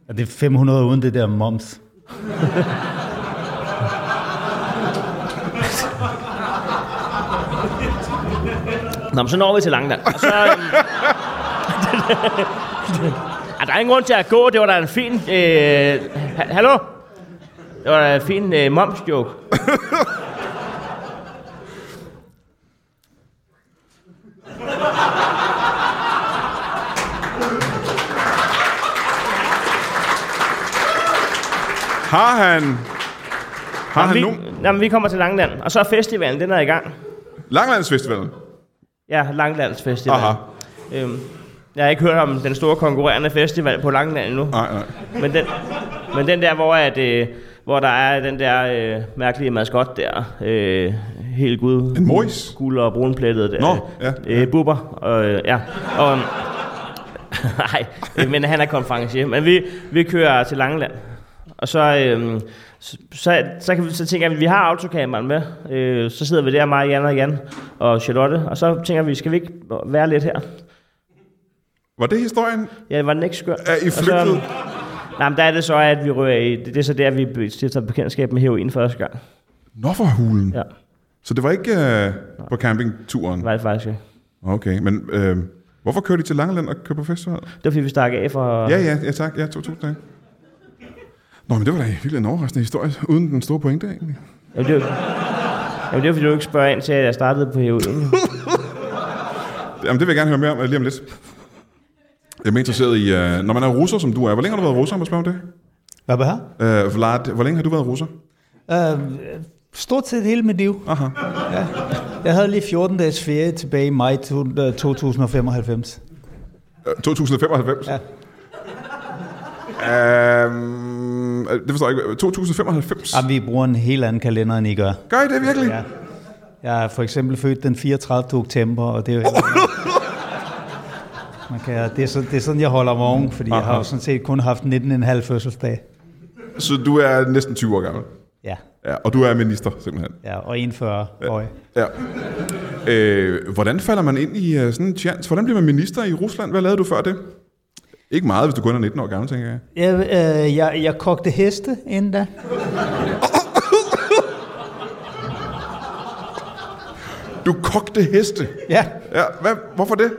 Speaker 4: Er det er 500 uden det der moms?
Speaker 3: Nå, men så når vi til Langeland. Og så, øhm, Ah, der er ingen grund til at gå. Det var da en fin... Øh, ha- hallo? Det var da en fin øh, moms-joke.
Speaker 2: Har han... Har han
Speaker 3: vi,
Speaker 2: nu...
Speaker 3: Jamen, vi kommer til Langland, og så er festivalen, den er i gang.
Speaker 2: Langlandsfestivalen.
Speaker 3: Ja, Langlandsfestivalen.
Speaker 2: Aha.
Speaker 3: Øhm, jeg har ikke hørt om den store konkurrerende festival på Langland endnu,
Speaker 2: Nej, nej.
Speaker 3: men den, men den der, hvor, at, øh, hvor der er den der øh, mærkelige maskot der, øh, helt gud,
Speaker 2: En mojs?
Speaker 3: gul og brunplettet der.
Speaker 2: Nå, ja,
Speaker 3: Øh, Bubber, og, øh, ja. Og, Nej, øh, men han er konferencier. Men vi, vi kører til Langeland. Og så, øhm, så, så, så, kan vi, så tænker jeg, at vi har autocamperen med. Øh, så sidder vi der, mig, Jan og Jan og Charlotte. Og så tænker vi, skal vi ikke være lidt her?
Speaker 2: Var det historien?
Speaker 3: Ja, var den ikke skør?
Speaker 2: Er I
Speaker 3: Og så-
Speaker 2: flygtet?
Speaker 3: Nej, men der er det så, at vi rører i... Det er så der, vi stifter bekendtskab med heroin første gang.
Speaker 2: Nå for hulen.
Speaker 3: Ja,
Speaker 2: Så det var ikke øh, på campingturen?
Speaker 3: det var det faktisk ikke.
Speaker 2: Okay, men øh, hvorfor kørte I til Langeland og kørte på festival?
Speaker 3: Det var fordi, vi stak af fra...
Speaker 2: Ja, ja, ja tak. Ja, to, to, tak. Nå, men det var da virkelig en overraskende historie, uden den store pointe egentlig.
Speaker 3: Jamen, det var, jamen, det var fordi, du ikke spørger ind til, at jeg startede på heroin.
Speaker 2: Jamen, det vil jeg gerne høre mere om øh, lige om lidt. Jeg er mere interesseret i, øh, når man er russer, som du er. Hvor længe har du været russer, om jeg spørger om det?
Speaker 4: Hvad var her?
Speaker 2: Øh, Vlad, hvor længe har du været russer?
Speaker 4: Øh, stort set hele mit liv.
Speaker 2: Aha.
Speaker 4: Ja. Jeg havde lige 14 dages ferie tilbage i maj to- øh, 2095.
Speaker 2: Øh, 2095?
Speaker 4: Ja.
Speaker 2: Øhm, øh, det forstår jeg ikke. 2095?
Speaker 4: Jamen, vi bruger en helt anden kalender, end I gør.
Speaker 2: Gør I det virkelig?
Speaker 4: Ja. Jeg er for eksempel født den 34. oktober, og det er jo... Man kan, det, er sådan, det er sådan, jeg holder mig oven, fordi jeg har jo sådan set kun haft 19,5 fødselsdag.
Speaker 2: Så du er næsten 20 år gammel.
Speaker 4: Ja,
Speaker 2: Ja, og du er minister, simpelthen.
Speaker 4: ja og 41 høj.
Speaker 2: Ja. Øh, hvordan falder man ind i øh, sådan en chance? Hvordan bliver man minister i Rusland? Hvad lavede du før det? Ikke meget, hvis du kun er 19 år gammel, tænker jeg.
Speaker 4: Jeg, øh, jeg, jeg kogte heste inden da.
Speaker 2: Du kogte heste.
Speaker 4: Ja.
Speaker 2: Ja, hvad, hvorfor det?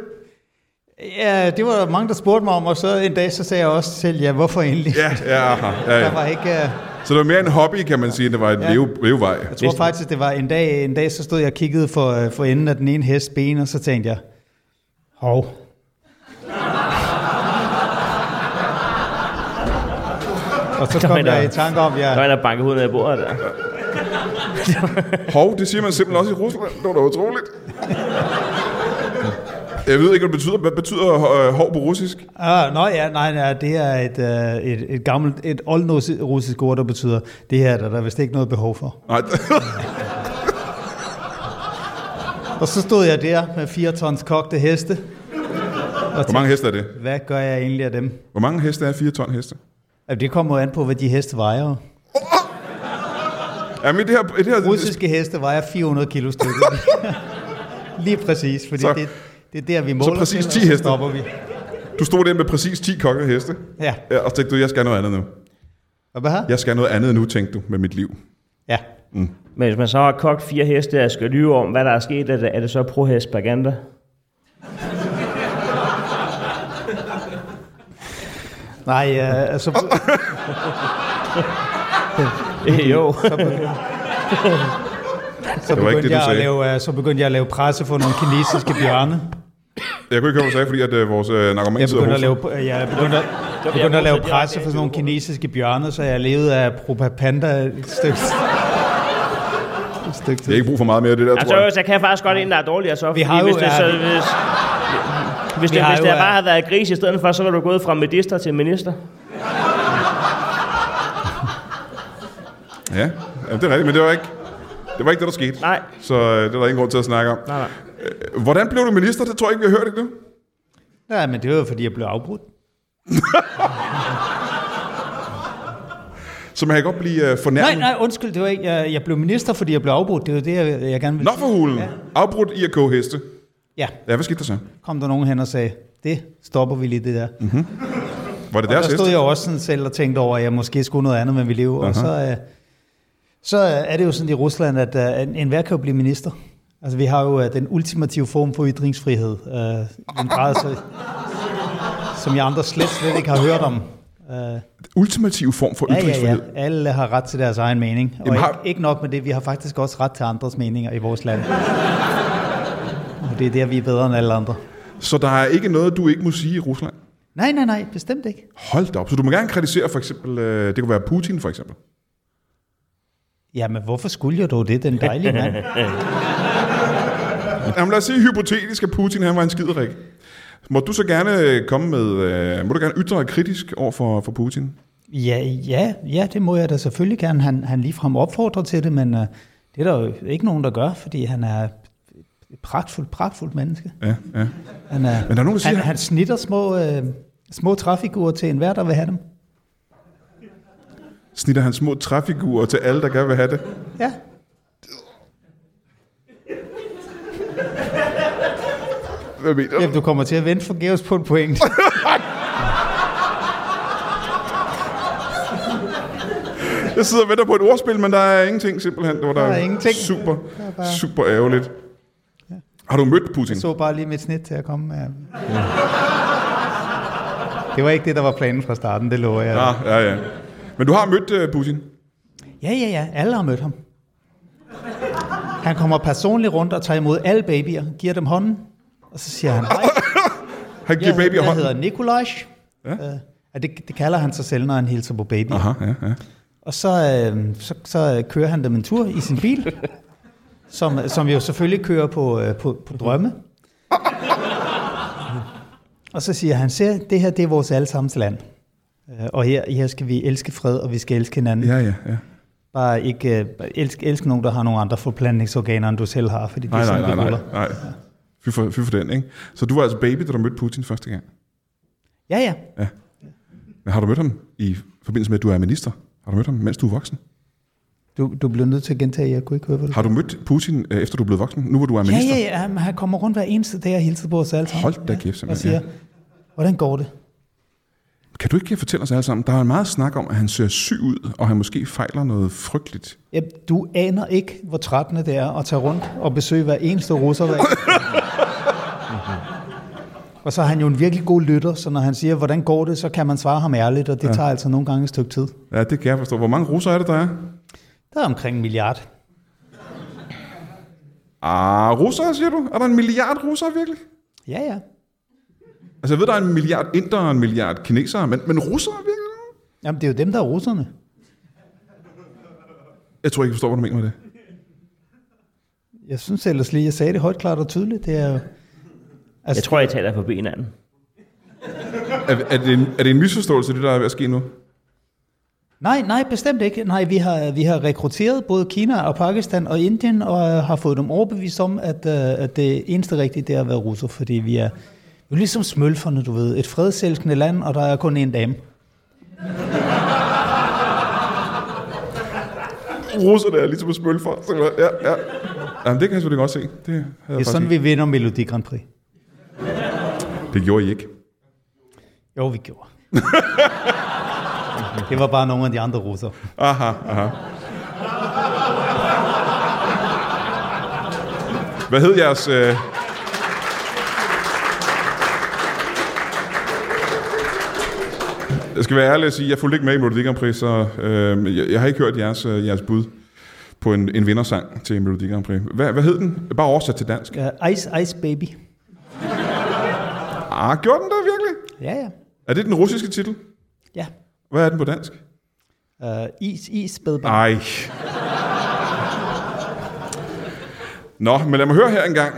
Speaker 4: ja, det var der mange, der spurgte mig om, og så en dag så sagde jeg også selv, ja, hvorfor egentlig?
Speaker 2: Ja, ja, aha, ja,
Speaker 4: Der
Speaker 2: ja.
Speaker 4: var ikke, øh,
Speaker 2: Så det var mere en hobby, kan man sige, end det var en ja.
Speaker 4: Ja.
Speaker 2: leve, levevej.
Speaker 4: jeg tror faktisk, det var en dag, en dag så stod jeg og kiggede for, øh, for enden af den ene hest ben, og så tænkte jeg, hov, og så
Speaker 3: Der var
Speaker 4: kom
Speaker 3: en,
Speaker 4: jeg i tanke om,
Speaker 3: Der var
Speaker 4: jeg,
Speaker 3: en, der bankede hovedet af bordet der.
Speaker 2: Hov, det siger man simpelthen også i Rusland. Det var da utroligt. Jeg ved ikke, hvad det betyder. Hvad betyder øh, hov på russisk?
Speaker 4: ah, nå ja, nej, nej, det er et, øh, et, et gammelt, et oldrussisk ord, der betyder, det her er der, der er vist ikke noget behov for.
Speaker 2: Nej,
Speaker 4: Og så stod jeg der med fire tons kogte heste. Og
Speaker 2: hvor mange heste er det?
Speaker 4: tænkte, hvad gør jeg egentlig af dem?
Speaker 2: Hvor mange heste er 4 ton heste?
Speaker 4: Altså, det kommer jo an på, hvad de heste vejer.
Speaker 2: Jamen, i det her, i det her
Speaker 4: Russiske heste vejer 400 kilo stykket. Lige præcis, fordi
Speaker 2: Så-
Speaker 4: det, det er der, vi måler.
Speaker 2: præcis
Speaker 4: til, og
Speaker 2: 10
Speaker 4: så
Speaker 2: heste.
Speaker 4: stopper vi.
Speaker 2: Du stod der med præcis 10 kokke heste.
Speaker 4: Ja.
Speaker 2: Ja, og så tænkte du, jeg skal noget andet nu.
Speaker 4: Og hvad her?
Speaker 2: Jeg skal noget andet nu, tænkte du, med mit liv.
Speaker 4: Ja.
Speaker 3: Men hvis man så har kogt fire heste og skal lyve om, hvad der er sket, er det, er det så pro-hestpaganda?
Speaker 4: Nej, øh, altså,
Speaker 3: Øh, jo.
Speaker 4: så,
Speaker 2: var ikke det, du
Speaker 4: begyndte jeg at
Speaker 2: sagde.
Speaker 4: lave, øh, så begyndte jeg at lave presse for nogle kinesiske bjørne.
Speaker 2: Jeg kunne ikke høre, hvad du sagde, fordi at, øh, vores øh, narkoman
Speaker 4: Jeg
Speaker 2: sidder
Speaker 4: begyndte
Speaker 2: hos.
Speaker 4: at lave, øh, jeg begyndte, at- jeg begyndte at lave presse for sådan nogle kinesiske bjørne, så jeg levede af propaganda et stykke, et stykke
Speaker 2: Jeg har
Speaker 4: tid.
Speaker 2: ikke brug for meget mere af det der,
Speaker 3: Altså,
Speaker 2: tror jeg.
Speaker 3: så kan jeg faktisk godt en, der er dårligere så.
Speaker 4: Vi
Speaker 3: fordi
Speaker 4: har jo-
Speaker 3: hvis det,
Speaker 4: ja,
Speaker 3: så,
Speaker 4: vi-
Speaker 3: hvis, hvis,
Speaker 4: Vi
Speaker 3: det,
Speaker 4: har
Speaker 3: hvis
Speaker 4: jo,
Speaker 3: det
Speaker 4: ja.
Speaker 3: bare havde været gris i stedet for, så var du gået fra minister til minister.
Speaker 2: Ja, Jamen, det er rigtigt, men det var ikke det, var ikke det der skete.
Speaker 3: Nej.
Speaker 2: Så øh, det er der ingen grund til at snakke om.
Speaker 3: Nej, nej.
Speaker 2: Øh, Hvordan blev du minister? Det tror jeg ikke, vi har hørt endnu.
Speaker 4: Nej, men det var jo, fordi jeg blev afbrudt.
Speaker 2: Så man kan godt blive øh, fornærmet.
Speaker 4: Nej, nej, undskyld, det var ikke, jeg, jeg blev minister, fordi jeg blev afbrudt. Det var det, jeg, jeg gerne ville
Speaker 2: Nå for hulen. Ja. Afbrudt i at koge heste.
Speaker 4: Ja,
Speaker 2: Ja, hvad skete der så?
Speaker 4: kom der nogen hen og sagde, det stopper vi lige det der. Mm,
Speaker 2: Var det
Speaker 4: der
Speaker 2: deres
Speaker 4: stod
Speaker 2: heste?
Speaker 4: jeg jo også sådan selv og tænkte over, at jeg måske skulle noget andet, men vi lever. Og så, øh, så øh, er det jo sådan i Rusland, at øh, en- enhver kan jo blive minister. Altså, vi har jo øh, den ultimative form for ytringsfrihed. Øh, en grad, så, som jeg andre slet, slet ikke har hørt om. Øh,
Speaker 2: Ultimative form for
Speaker 4: Ja, ja, ja.
Speaker 2: ytringsfrihed.
Speaker 4: Alle har ret til deres egen mening.
Speaker 2: Jamen,
Speaker 4: Og Jamen,
Speaker 2: har-
Speaker 4: har... ikke, ikke nok med det, vi har faktisk også ret til andres meninger i vores land. og det er der, vi er bedre end alle andre.
Speaker 2: Så der er ikke noget, du ikke må sige i Rusland?
Speaker 4: Nej, nej, nej, bestemt ikke.
Speaker 2: Hold da op. Så du må gerne kritisere for eksempel, øh, det kunne være Putin for eksempel.
Speaker 4: Jamen, hvorfor skulle jeg dog det, den dejlige mand?
Speaker 2: Jamen lad os sige hypotetisk, at Putin han var en skiderik. Må du så gerne øh, komme med, øh, må du gerne ytre dig kritisk over for, for Putin?
Speaker 4: Ja, ja, ja, det må jeg da selvfølgelig gerne. øh, Han, han ligefrem opfordrer til det, men uh, det er der jo ikke nogen, der gør, fordi han er et pragtfuldt, pragtfuldt menneske.
Speaker 2: Ja, ja.
Speaker 4: Han, er,
Speaker 2: Men der er nogen, der siger-
Speaker 4: han, han snitter små, øh, små træfigurer til enhver, der vil have dem.
Speaker 2: Snitter han små træfigurer til alle, der gerne vil have det?
Speaker 4: Ja.
Speaker 2: Hvad mener du?
Speaker 4: Jamen, du kommer til at vente forgæves på en point.
Speaker 2: Jeg sidder og venter på et ordspil, men der er ingenting simpelthen. Det var der,
Speaker 4: Der er ingenting.
Speaker 2: Super,
Speaker 4: er bare-
Speaker 2: super ærgerligt. Har du mødt Putin?
Speaker 4: Jeg så bare lige mit snit til at komme med. Det var ikke det, der var planen fra starten, det lover jeg.
Speaker 2: Ja, Ah, ja, ja. Men du har mødt øh, Putin?
Speaker 4: Ja, ja, ja. Alle har mødt ham. Han kommer personligt rundt og tager imod alle babyer, giver dem hånden, og så siger han, hej,
Speaker 2: Han giver
Speaker 4: jeg,
Speaker 2: ja, baby
Speaker 4: jeg
Speaker 2: hånden.
Speaker 4: hedder Nikolaj. Ja? Øh, ja, det, det kalder han sig selv, når han hilser på baby.
Speaker 2: Aha, ja, ja.
Speaker 4: Og så, øh, så, så øh, kører han dem en tur i sin bil, som, som jo selvfølgelig kører på, øh, på, på drømme. Og så siger han, se, det her det er vores allesammens land. Øh, Og her, her skal vi elske fred, og vi skal elske hinanden.
Speaker 2: Ja, ja, ja.
Speaker 4: Bare ikke øh, bare elsk, elsk nogen, der har nogle andre forplantningsorganer, end du selv har, fordi det
Speaker 2: Nej,
Speaker 4: er
Speaker 2: nej,
Speaker 4: sådan,
Speaker 2: nej,
Speaker 4: det
Speaker 2: nej.
Speaker 4: ruller.
Speaker 2: nej. Fy for, fy for den, ikke? Så du var altså baby, da du mødte Putin første gang.
Speaker 4: Ja, ja.
Speaker 2: Men har du mødt ham i forbindelse med, at du er minister? Har du mødt ham, mens du er voksen?
Speaker 4: Du, du blev nødt til at gentage, jeg kunne ikke høre, hvad du
Speaker 2: Har du mødt Putin, øh, efter du er blevet voksen, nu hvor du er
Speaker 4: Ja,
Speaker 2: minister?
Speaker 4: ja, ja. men Han kommer rundt hver eneste dag og hilser på os alle sammen.
Speaker 2: Hold da kæft,
Speaker 4: Og
Speaker 2: simpelthen.
Speaker 4: siger,
Speaker 2: Ja.
Speaker 4: hvordan går det?
Speaker 2: Kan du ikke fortælle os alle sammen, der er meget snak om, at han ser syg ud, og han måske fejler noget frygteligt.
Speaker 4: Ja, du aner ikke, hvor trættende det er at tage rundt og besøge hver eneste russer. Hver
Speaker 2: Mhm.
Speaker 4: og så er han jo en virkelig god lytter, så når han siger, hvordan går det, så kan man svare ham ærligt, og det ja. tager altså nogle gange et stykke tid.
Speaker 2: Ja, det kan jeg forstå. Hvor mange russere er det, der er?
Speaker 4: Der er omkring en milliard.
Speaker 2: Ah, russere, siger du? Er der en milliard russere virkelig?
Speaker 4: Ja, ja.
Speaker 2: Altså, jeg ved, der er en milliard indere og en milliard kinesere, men, men russere virkelig?
Speaker 4: Jamen, det er jo dem, der er russerne.
Speaker 2: Jeg tror ikke, jeg forstår, hvad du mener med det.
Speaker 4: Jeg synes ellers lige, jeg sagde det højt klart og tydeligt. Det er jo...
Speaker 3: Jeg tror, I taler forbi hinanden.
Speaker 2: Er, er, det, en, er det en misforståelse, det der er ved at ske nu?
Speaker 4: Nej, nej, bestemt ikke. Nej, vi har, vi har rekrutteret både Kina og Pakistan og Indien, og øh, har fået dem overbevist om, at, øh, at det eneste rigtige, det er at være russer, fordi vi er jo ligesom smølferne, du ved. Et fredselskende land, og der er kun én dame.
Speaker 2: Russerne er ligesom at smølle for. simpelthen. Ja, ja. Jamen, det kan jeg selvfølgelig godt se. Det, havde jeg
Speaker 4: Det er
Speaker 2: faktisk
Speaker 4: sådan,
Speaker 2: ikke.
Speaker 4: vi vinder Melodi Grand Prix.
Speaker 2: det gjorde I ikke.
Speaker 4: Jo, vi gjorde. det var bare nogle af de andre russer.
Speaker 2: Aha, aha. Hvad hed jeres... Øh... Jeg skal være ærlig og sige, jeg fulgte ikke med i Melodi Grand Prix, så øh, jeg, jeg har ikke hørt jeres, øh, jeres bud på en, en vindersang til Melodi Grand Prix. Hvad, hvad hed den? Bare oversat til dansk.
Speaker 4: Uh, ice, Ice Baby.
Speaker 2: Ah, gjorde den det virkelig?
Speaker 4: Ja, ja.
Speaker 2: Er det den russiske titel?
Speaker 4: Ja.
Speaker 2: Hvad er den på dansk?
Speaker 4: Uh, is, is, spædbarn.
Speaker 2: Ej. Nå, men lad mig høre her engang.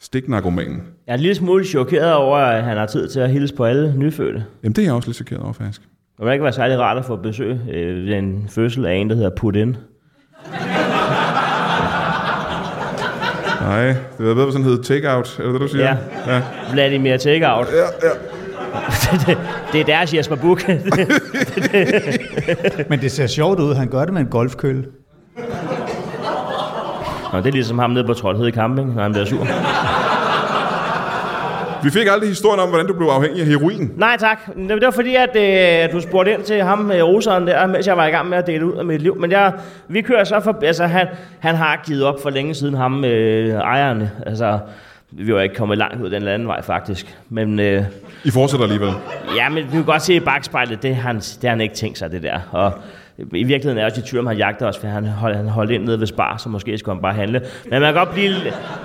Speaker 2: Stiknarkomanen.
Speaker 3: Jeg er en lille smule chokeret over, at han har tid til at hilse på alle nyfødte.
Speaker 2: Jamen, det er jeg også lidt chokeret over, faktisk.
Speaker 3: Det må ikke være særlig rart at få besøg øh, ved en fødsel af en, der hedder Putin.
Speaker 2: Nej, det ved jeg bedre, hvad sådan hedder take-out. Er det det, du siger?
Speaker 3: Ja.
Speaker 2: ja.
Speaker 3: Vladimir Takeout. Ja, ja. det, det er deres Jesper Buch.
Speaker 4: Men det ser sjovt ud, han gør det med en golfkølle.
Speaker 3: Nå, det er ligesom ham nede på Troldhed Camping, når han bliver sur.
Speaker 2: Vi fik aldrig historien om, hvordan du blev afhængig af heroin.
Speaker 3: Nej tak. Det det var fordi, at øh, du spurgte ind til ham, øh, russeren der, mens jeg var i gang med at dele ud af mit liv. Men jeg, vi kører så for... Altså, han, han har givet op for længe siden, ham øh, ejeren. Altså, vi var ikke kommet langt ud den anden vej, faktisk. Men øh,
Speaker 2: I fortsætter alligevel.
Speaker 3: ja, men vi kan godt se i bagspejlet, det har han, det har han ikke tænkt sig, det der. Og i virkeligheden er jeg også i tvivl, om han jagter os, for han holdt, han holdt ind nede ved Spar, så måske skulle han bare handle. Men man kan godt blive,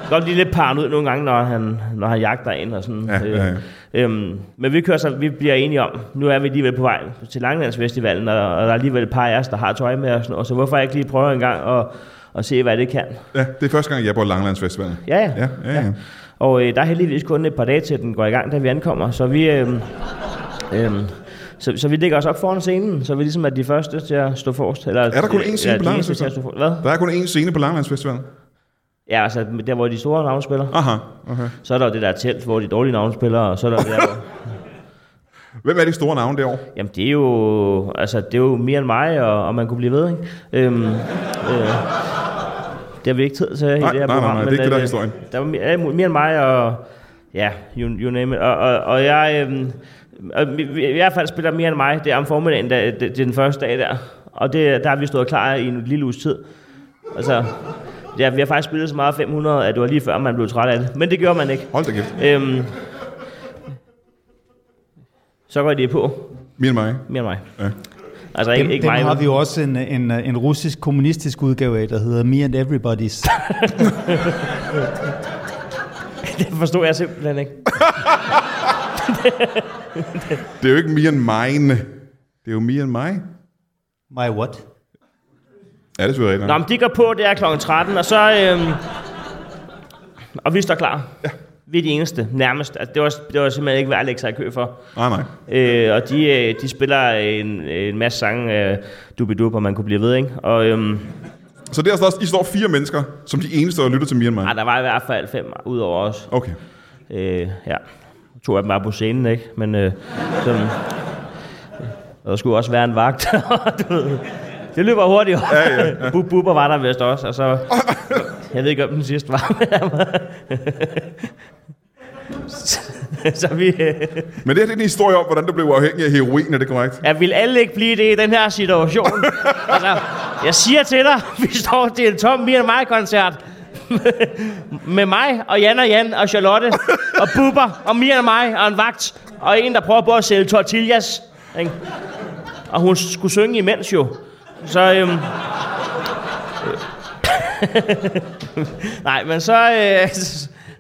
Speaker 3: godt blive lidt paranoid nogle gange, når han, når han jagter ind og sådan.
Speaker 2: Ja, ja, ja.
Speaker 3: Øhm, men vi kører så, vi bliver enige om, nu er vi alligevel på vej til Langlandsfestivalen, og, og der er alligevel et par af os, der har tøj med og sådan noget, så hvorfor ikke lige prøve en gang og, og se, hvad det kan.
Speaker 2: Ja, det er første gang, jeg er på Langlandsfestivalen.
Speaker 3: Ja, ja.
Speaker 2: Ja, ja, ja.
Speaker 3: Og øh, der er heldigvis kun et par dage til, den går i gang, da vi ankommer. Så vi, øh, øh, så, så vi ligger os op foran scenen, så vi ligesom er de første til at stå forrest. Eller,
Speaker 2: Er der kun én scene på Langeland
Speaker 3: eller de eneste til
Speaker 2: Festival?
Speaker 3: at stå forrest. Hvad?
Speaker 2: Der er kun én scene på Langlandsfestivalen.
Speaker 3: Ja, altså der, hvor de store navne spiller.
Speaker 2: Aha, okay.
Speaker 3: Så er der jo det der telt, hvor de dårlige navne spiller, og så er der det der, hvor...
Speaker 2: Hvem er de store navne derovre?
Speaker 3: Jamen, det er jo, altså, det er jo mere end mig, og, og man kunne blive ved, ikke? Øhm, øh, det har vi ikke tid til i
Speaker 2: Nej,
Speaker 3: det
Speaker 2: nej,
Speaker 3: her
Speaker 2: nej,
Speaker 3: program.
Speaker 2: nej,
Speaker 3: men,
Speaker 2: det er ikke det, der er
Speaker 3: øh,
Speaker 2: historien.
Speaker 3: Der var mere, alt muligt- mere end mig, og ja, you, you name it. Og, og, og jeg, øhm, og vi- vi- i hvert fald spiller mere end mig, det er om formiddagen, der, det, det er den første dag der. Og det, der har vi stået klar i en lille uges tid. Altså, ja, vi har faktisk spillet så meget 500, at det var lige før, man blev træt af det. Men det gjorde man ikke.
Speaker 2: Hold da kæft.
Speaker 3: Øhm, så går det på.
Speaker 2: Min mig.
Speaker 3: Mere end mig.
Speaker 2: Ja.
Speaker 3: Altså ikke,
Speaker 4: Dem,
Speaker 3: ikke
Speaker 4: dem
Speaker 3: mig.
Speaker 4: har
Speaker 3: men-
Speaker 4: vi jo også en, en, en russisk kommunistisk udgave af, der hedder Me and Everybody's.
Speaker 3: Det forstod jeg simpelthen ikke.
Speaker 2: Det er jo ikke mere end mine. Det er jo mere end mig.
Speaker 4: My what?
Speaker 2: Ja, det er selvfølgelig rigtigt.
Speaker 3: Nå, men de går på, det er kl. 13, og så... Øhm, og vi står klar. Ja. Vi er de eneste, nærmest. Altså, det, var, det var simpelthen ikke værd at lægge sig i kø for.
Speaker 2: Ah, Nej, nej.
Speaker 3: Øh, og de, øh, de spiller en, en masse sange, øh, dubidup, og man kunne blive ved, ikke? Og øhm,
Speaker 2: Så der står, I står fire mennesker, som de eneste, der lytter til Myanmar.
Speaker 3: ah, der var i hvert fald fem ud over os.
Speaker 2: Okay.
Speaker 3: Øh, ja. To af dem var på scenen, ikke? Men øh, sådan, og der skulle også være en vagt. du ved. det løber hurtigt. Ja, ja, ja. Bub Bubber var der vist også, og så... Jeg ved ikke, om den sidste var. så vi... Øh,
Speaker 2: Men det her det er en historie om, hvordan du blev afhængig af heroin, er det korrekt?
Speaker 3: ja, vil alle ikke blive det i den her situation? altså, jeg siger til dig, vi står til en tom Mia mig-koncert. med mig og Jan og Jan og Charlotte og Bubber og Mia og mig og en vagt og en, der prøver på at sælge tortillas. Ikke? Og hun skulle synge imens jo. Så øhm, øh, Nej, men så, øh,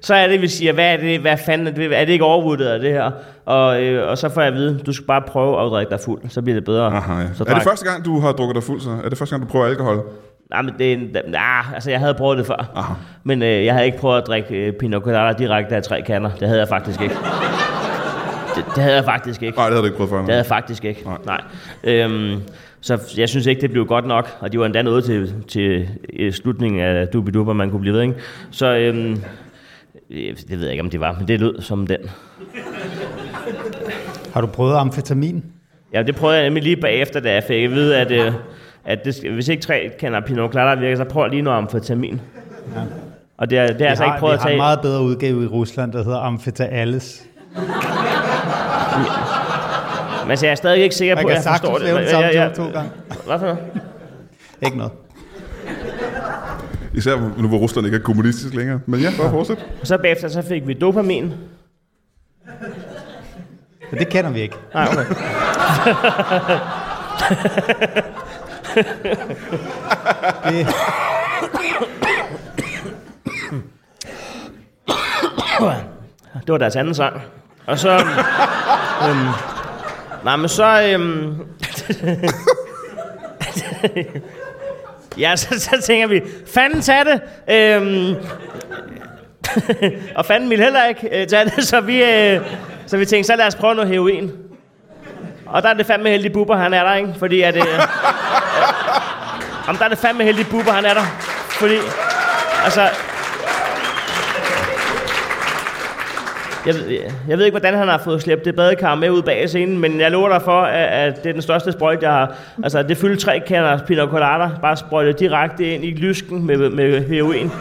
Speaker 3: så er det, vi siger, hvad er det, hvad fanden er det, er det ikke overvurderet af det her? Og, øh, og så får jeg at vide, du skal bare prøve at drikke dig fuld, så bliver det bedre.
Speaker 2: Aha, ja.
Speaker 3: så
Speaker 2: Er
Speaker 3: drak-
Speaker 2: det første gang, du har drukket dig fuld, så? Er det første gang, du prøver alkohol?
Speaker 3: Nej, men det, er en- nej, altså jeg havde prøvet det før.
Speaker 2: Aha.
Speaker 3: Men øh, jeg havde ikke prøvet at drikke øh, pina colada direkte af tre kander. Det havde jeg faktisk ikke. Det, det havde jeg faktisk ikke.
Speaker 2: Nej, det havde du ikke prøvet før.
Speaker 3: Det havde jeg faktisk ikke.
Speaker 2: Nej.
Speaker 3: Nej. Nej. Øhm, så jeg synes ikke, det blev godt nok. Og det var endda noget til, til øh, slutningen af Dubi Dubber, man kunne blive ved, ikke? Så øhm, øh, det ved jeg ikke, om det var, men det lød som den.
Speaker 4: Har du prøvet amfetamin?
Speaker 3: Altså, Ja, det prøvede jeg nemlig lige bagefter, da jeg fik at vide, at, øh, at det, skal- hvis ikke tre kender Pinot Colada virker, så prøv lige noget amfetamin. Ja. Og det, er- det har jeg altså
Speaker 4: vi
Speaker 3: ikke
Speaker 4: har,
Speaker 3: prøvet
Speaker 4: vi
Speaker 3: at
Speaker 4: har
Speaker 3: tage.
Speaker 4: en meget bedre udgave i Rusland, der hedder amfetales.
Speaker 3: Men altså, jeg er stadig ikke sikker
Speaker 4: Man
Speaker 3: på,
Speaker 4: kan
Speaker 3: at jeg forstår
Speaker 4: sagtens
Speaker 3: det.
Speaker 4: lave den
Speaker 3: Ja,
Speaker 4: samme
Speaker 3: ja,
Speaker 4: joke to gange.
Speaker 3: Hvad for noget?
Speaker 4: Ikke noget.
Speaker 2: Især nu, hvor Rusland ikke er kommunistisk længere. Men ja, bare fortsæt.
Speaker 3: Og så bagefter så fik vi dopamin.
Speaker 4: Men det kender vi ikke.
Speaker 3: Nej, okay.
Speaker 4: Det,
Speaker 3: Det var deres anden sang. Og så... øhm, nej, men så... Øhm, ja, så, så tænker vi, fanden tag det! Øhm, og fanden vil heller ikke øh, tage det, så vi, øh, så vi tænkte, så lad os prøve noget heroin. Og der er det fandme heldig buber, han er der, ikke? Fordi at... Øh, øh, jamen, der er det fandme heldig buber, han er der. Fordi... Altså, Jeg, ved- jeg ved ikke, hvordan han har fået slæbt det badekar med ud bag scenen, men jeg lover dig for, at, at det er den største sprøjt, jeg har. Altså, det fyldte tre kander pina colada, bare sprøjtet direkte ind i lysken med, med heroin.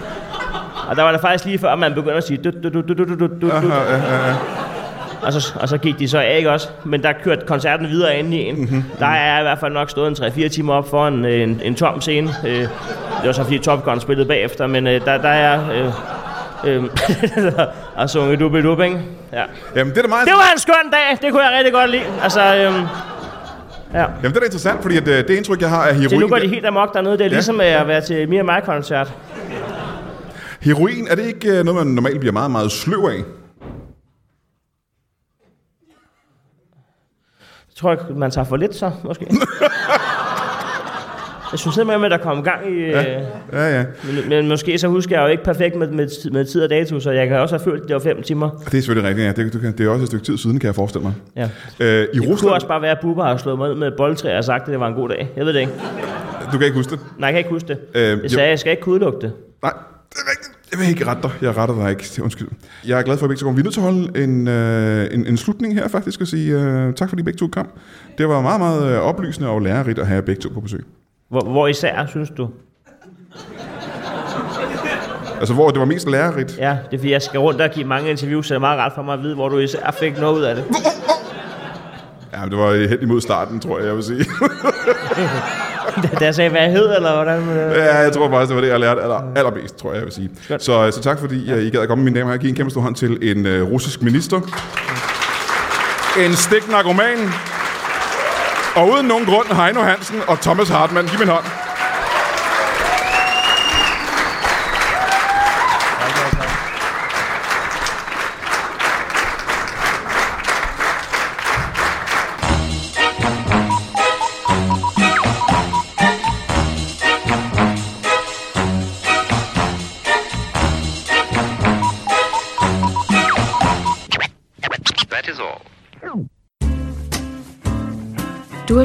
Speaker 3: Og der var det faktisk lige før, man begyndte at sige... Dut, dut, dut, dut, dut, dut, dut. Og, så, og så gik de så af, ikke også? Men der kørte koncerten videre ind i en. Mm-hmm. Der er jeg i hvert fald nok stået en 3-4 timer op foran øh, en, en tom scene. Øh, Det var så fordi Top Gun spillede bagefter, men øh, der, der er... Øh, øh, og sunget dubi dub, ikke? Ja.
Speaker 2: Jamen, det er da meget...
Speaker 3: Det var en skøn dag, det kunne jeg rigtig godt lide. Altså, øhm, ja.
Speaker 2: Jamen, det er da interessant, fordi at, øh, det indtryk, jeg har af
Speaker 3: Det,
Speaker 2: heroin...
Speaker 3: nu går de helt amok dernede. Det er ligesom øh, at være til Mia Mai koncert.
Speaker 2: Heroin, er det ikke øh, noget, man normalt bliver meget, meget sløv af?
Speaker 3: Jeg tror, jeg, man tager for lidt så, måske. Jeg synes simpelthen, at der kom gang i... Øh,
Speaker 2: Ja, ja.
Speaker 3: men, men, måske så husker jeg jo ikke perfekt med, med, tid- med tid og dato, så jeg kan også have følt, at det var fem timer.
Speaker 2: Det er selvfølgelig rigtigt, ja. Det, du kan, det er også et stykke tid siden, kan jeg forestille mig.
Speaker 3: Ja.
Speaker 2: Øh, I
Speaker 3: Det kunne
Speaker 2: Rusland...
Speaker 3: også bare være, at Bubba har slået mig ned med et boldtræ og sagt, at det var en god dag. Jeg ved det ikke.
Speaker 2: Du kan ikke huske det.
Speaker 3: Nej, jeg kan ikke huske det.
Speaker 2: Øh,
Speaker 3: jeg sagde, at jeg skal ikke kunne udelukke det.
Speaker 2: Nej, det er rigtigt. Jeg vil ikke rette dig. Jeg retter dig ikke. Undskyld. Jeg er glad for, at begge to kom. Vi er nødt til at holde en, øh, en, en slutning her faktisk og sige øh, tak, fordi begge to kom. Det var meget, meget øh, oplysende og lærerigt at have begge to på besøg.
Speaker 3: Hvor, hvor især, synes du?
Speaker 2: Altså, hvor det var mest lærerigt.
Speaker 3: Ja, det er fordi, jeg skal rundt og give mange interviews, så det er meget rart for mig at vide, hvor du især fik noget ud af det.
Speaker 2: Ja, men det var helt imod starten, tror jeg, jeg vil sige.
Speaker 3: Da jeg sagde, hvad jeg hed, eller hvordan... øh,
Speaker 2: ja, jeg tror faktisk, det var det, jeg lærte aller, allerbedst, tror jeg, jeg vil sige. Så, øh, så tak, fordi øh, I gad at komme, mine damer og herrer. Giv en kæmpe stor hånd til en øh, russisk minister. En stik narkoman. Og uden nogen grund, Heino Hansen og Thomas Hartmann. Giv mig en hånd.
Speaker 5: That is all.
Speaker 6: Du har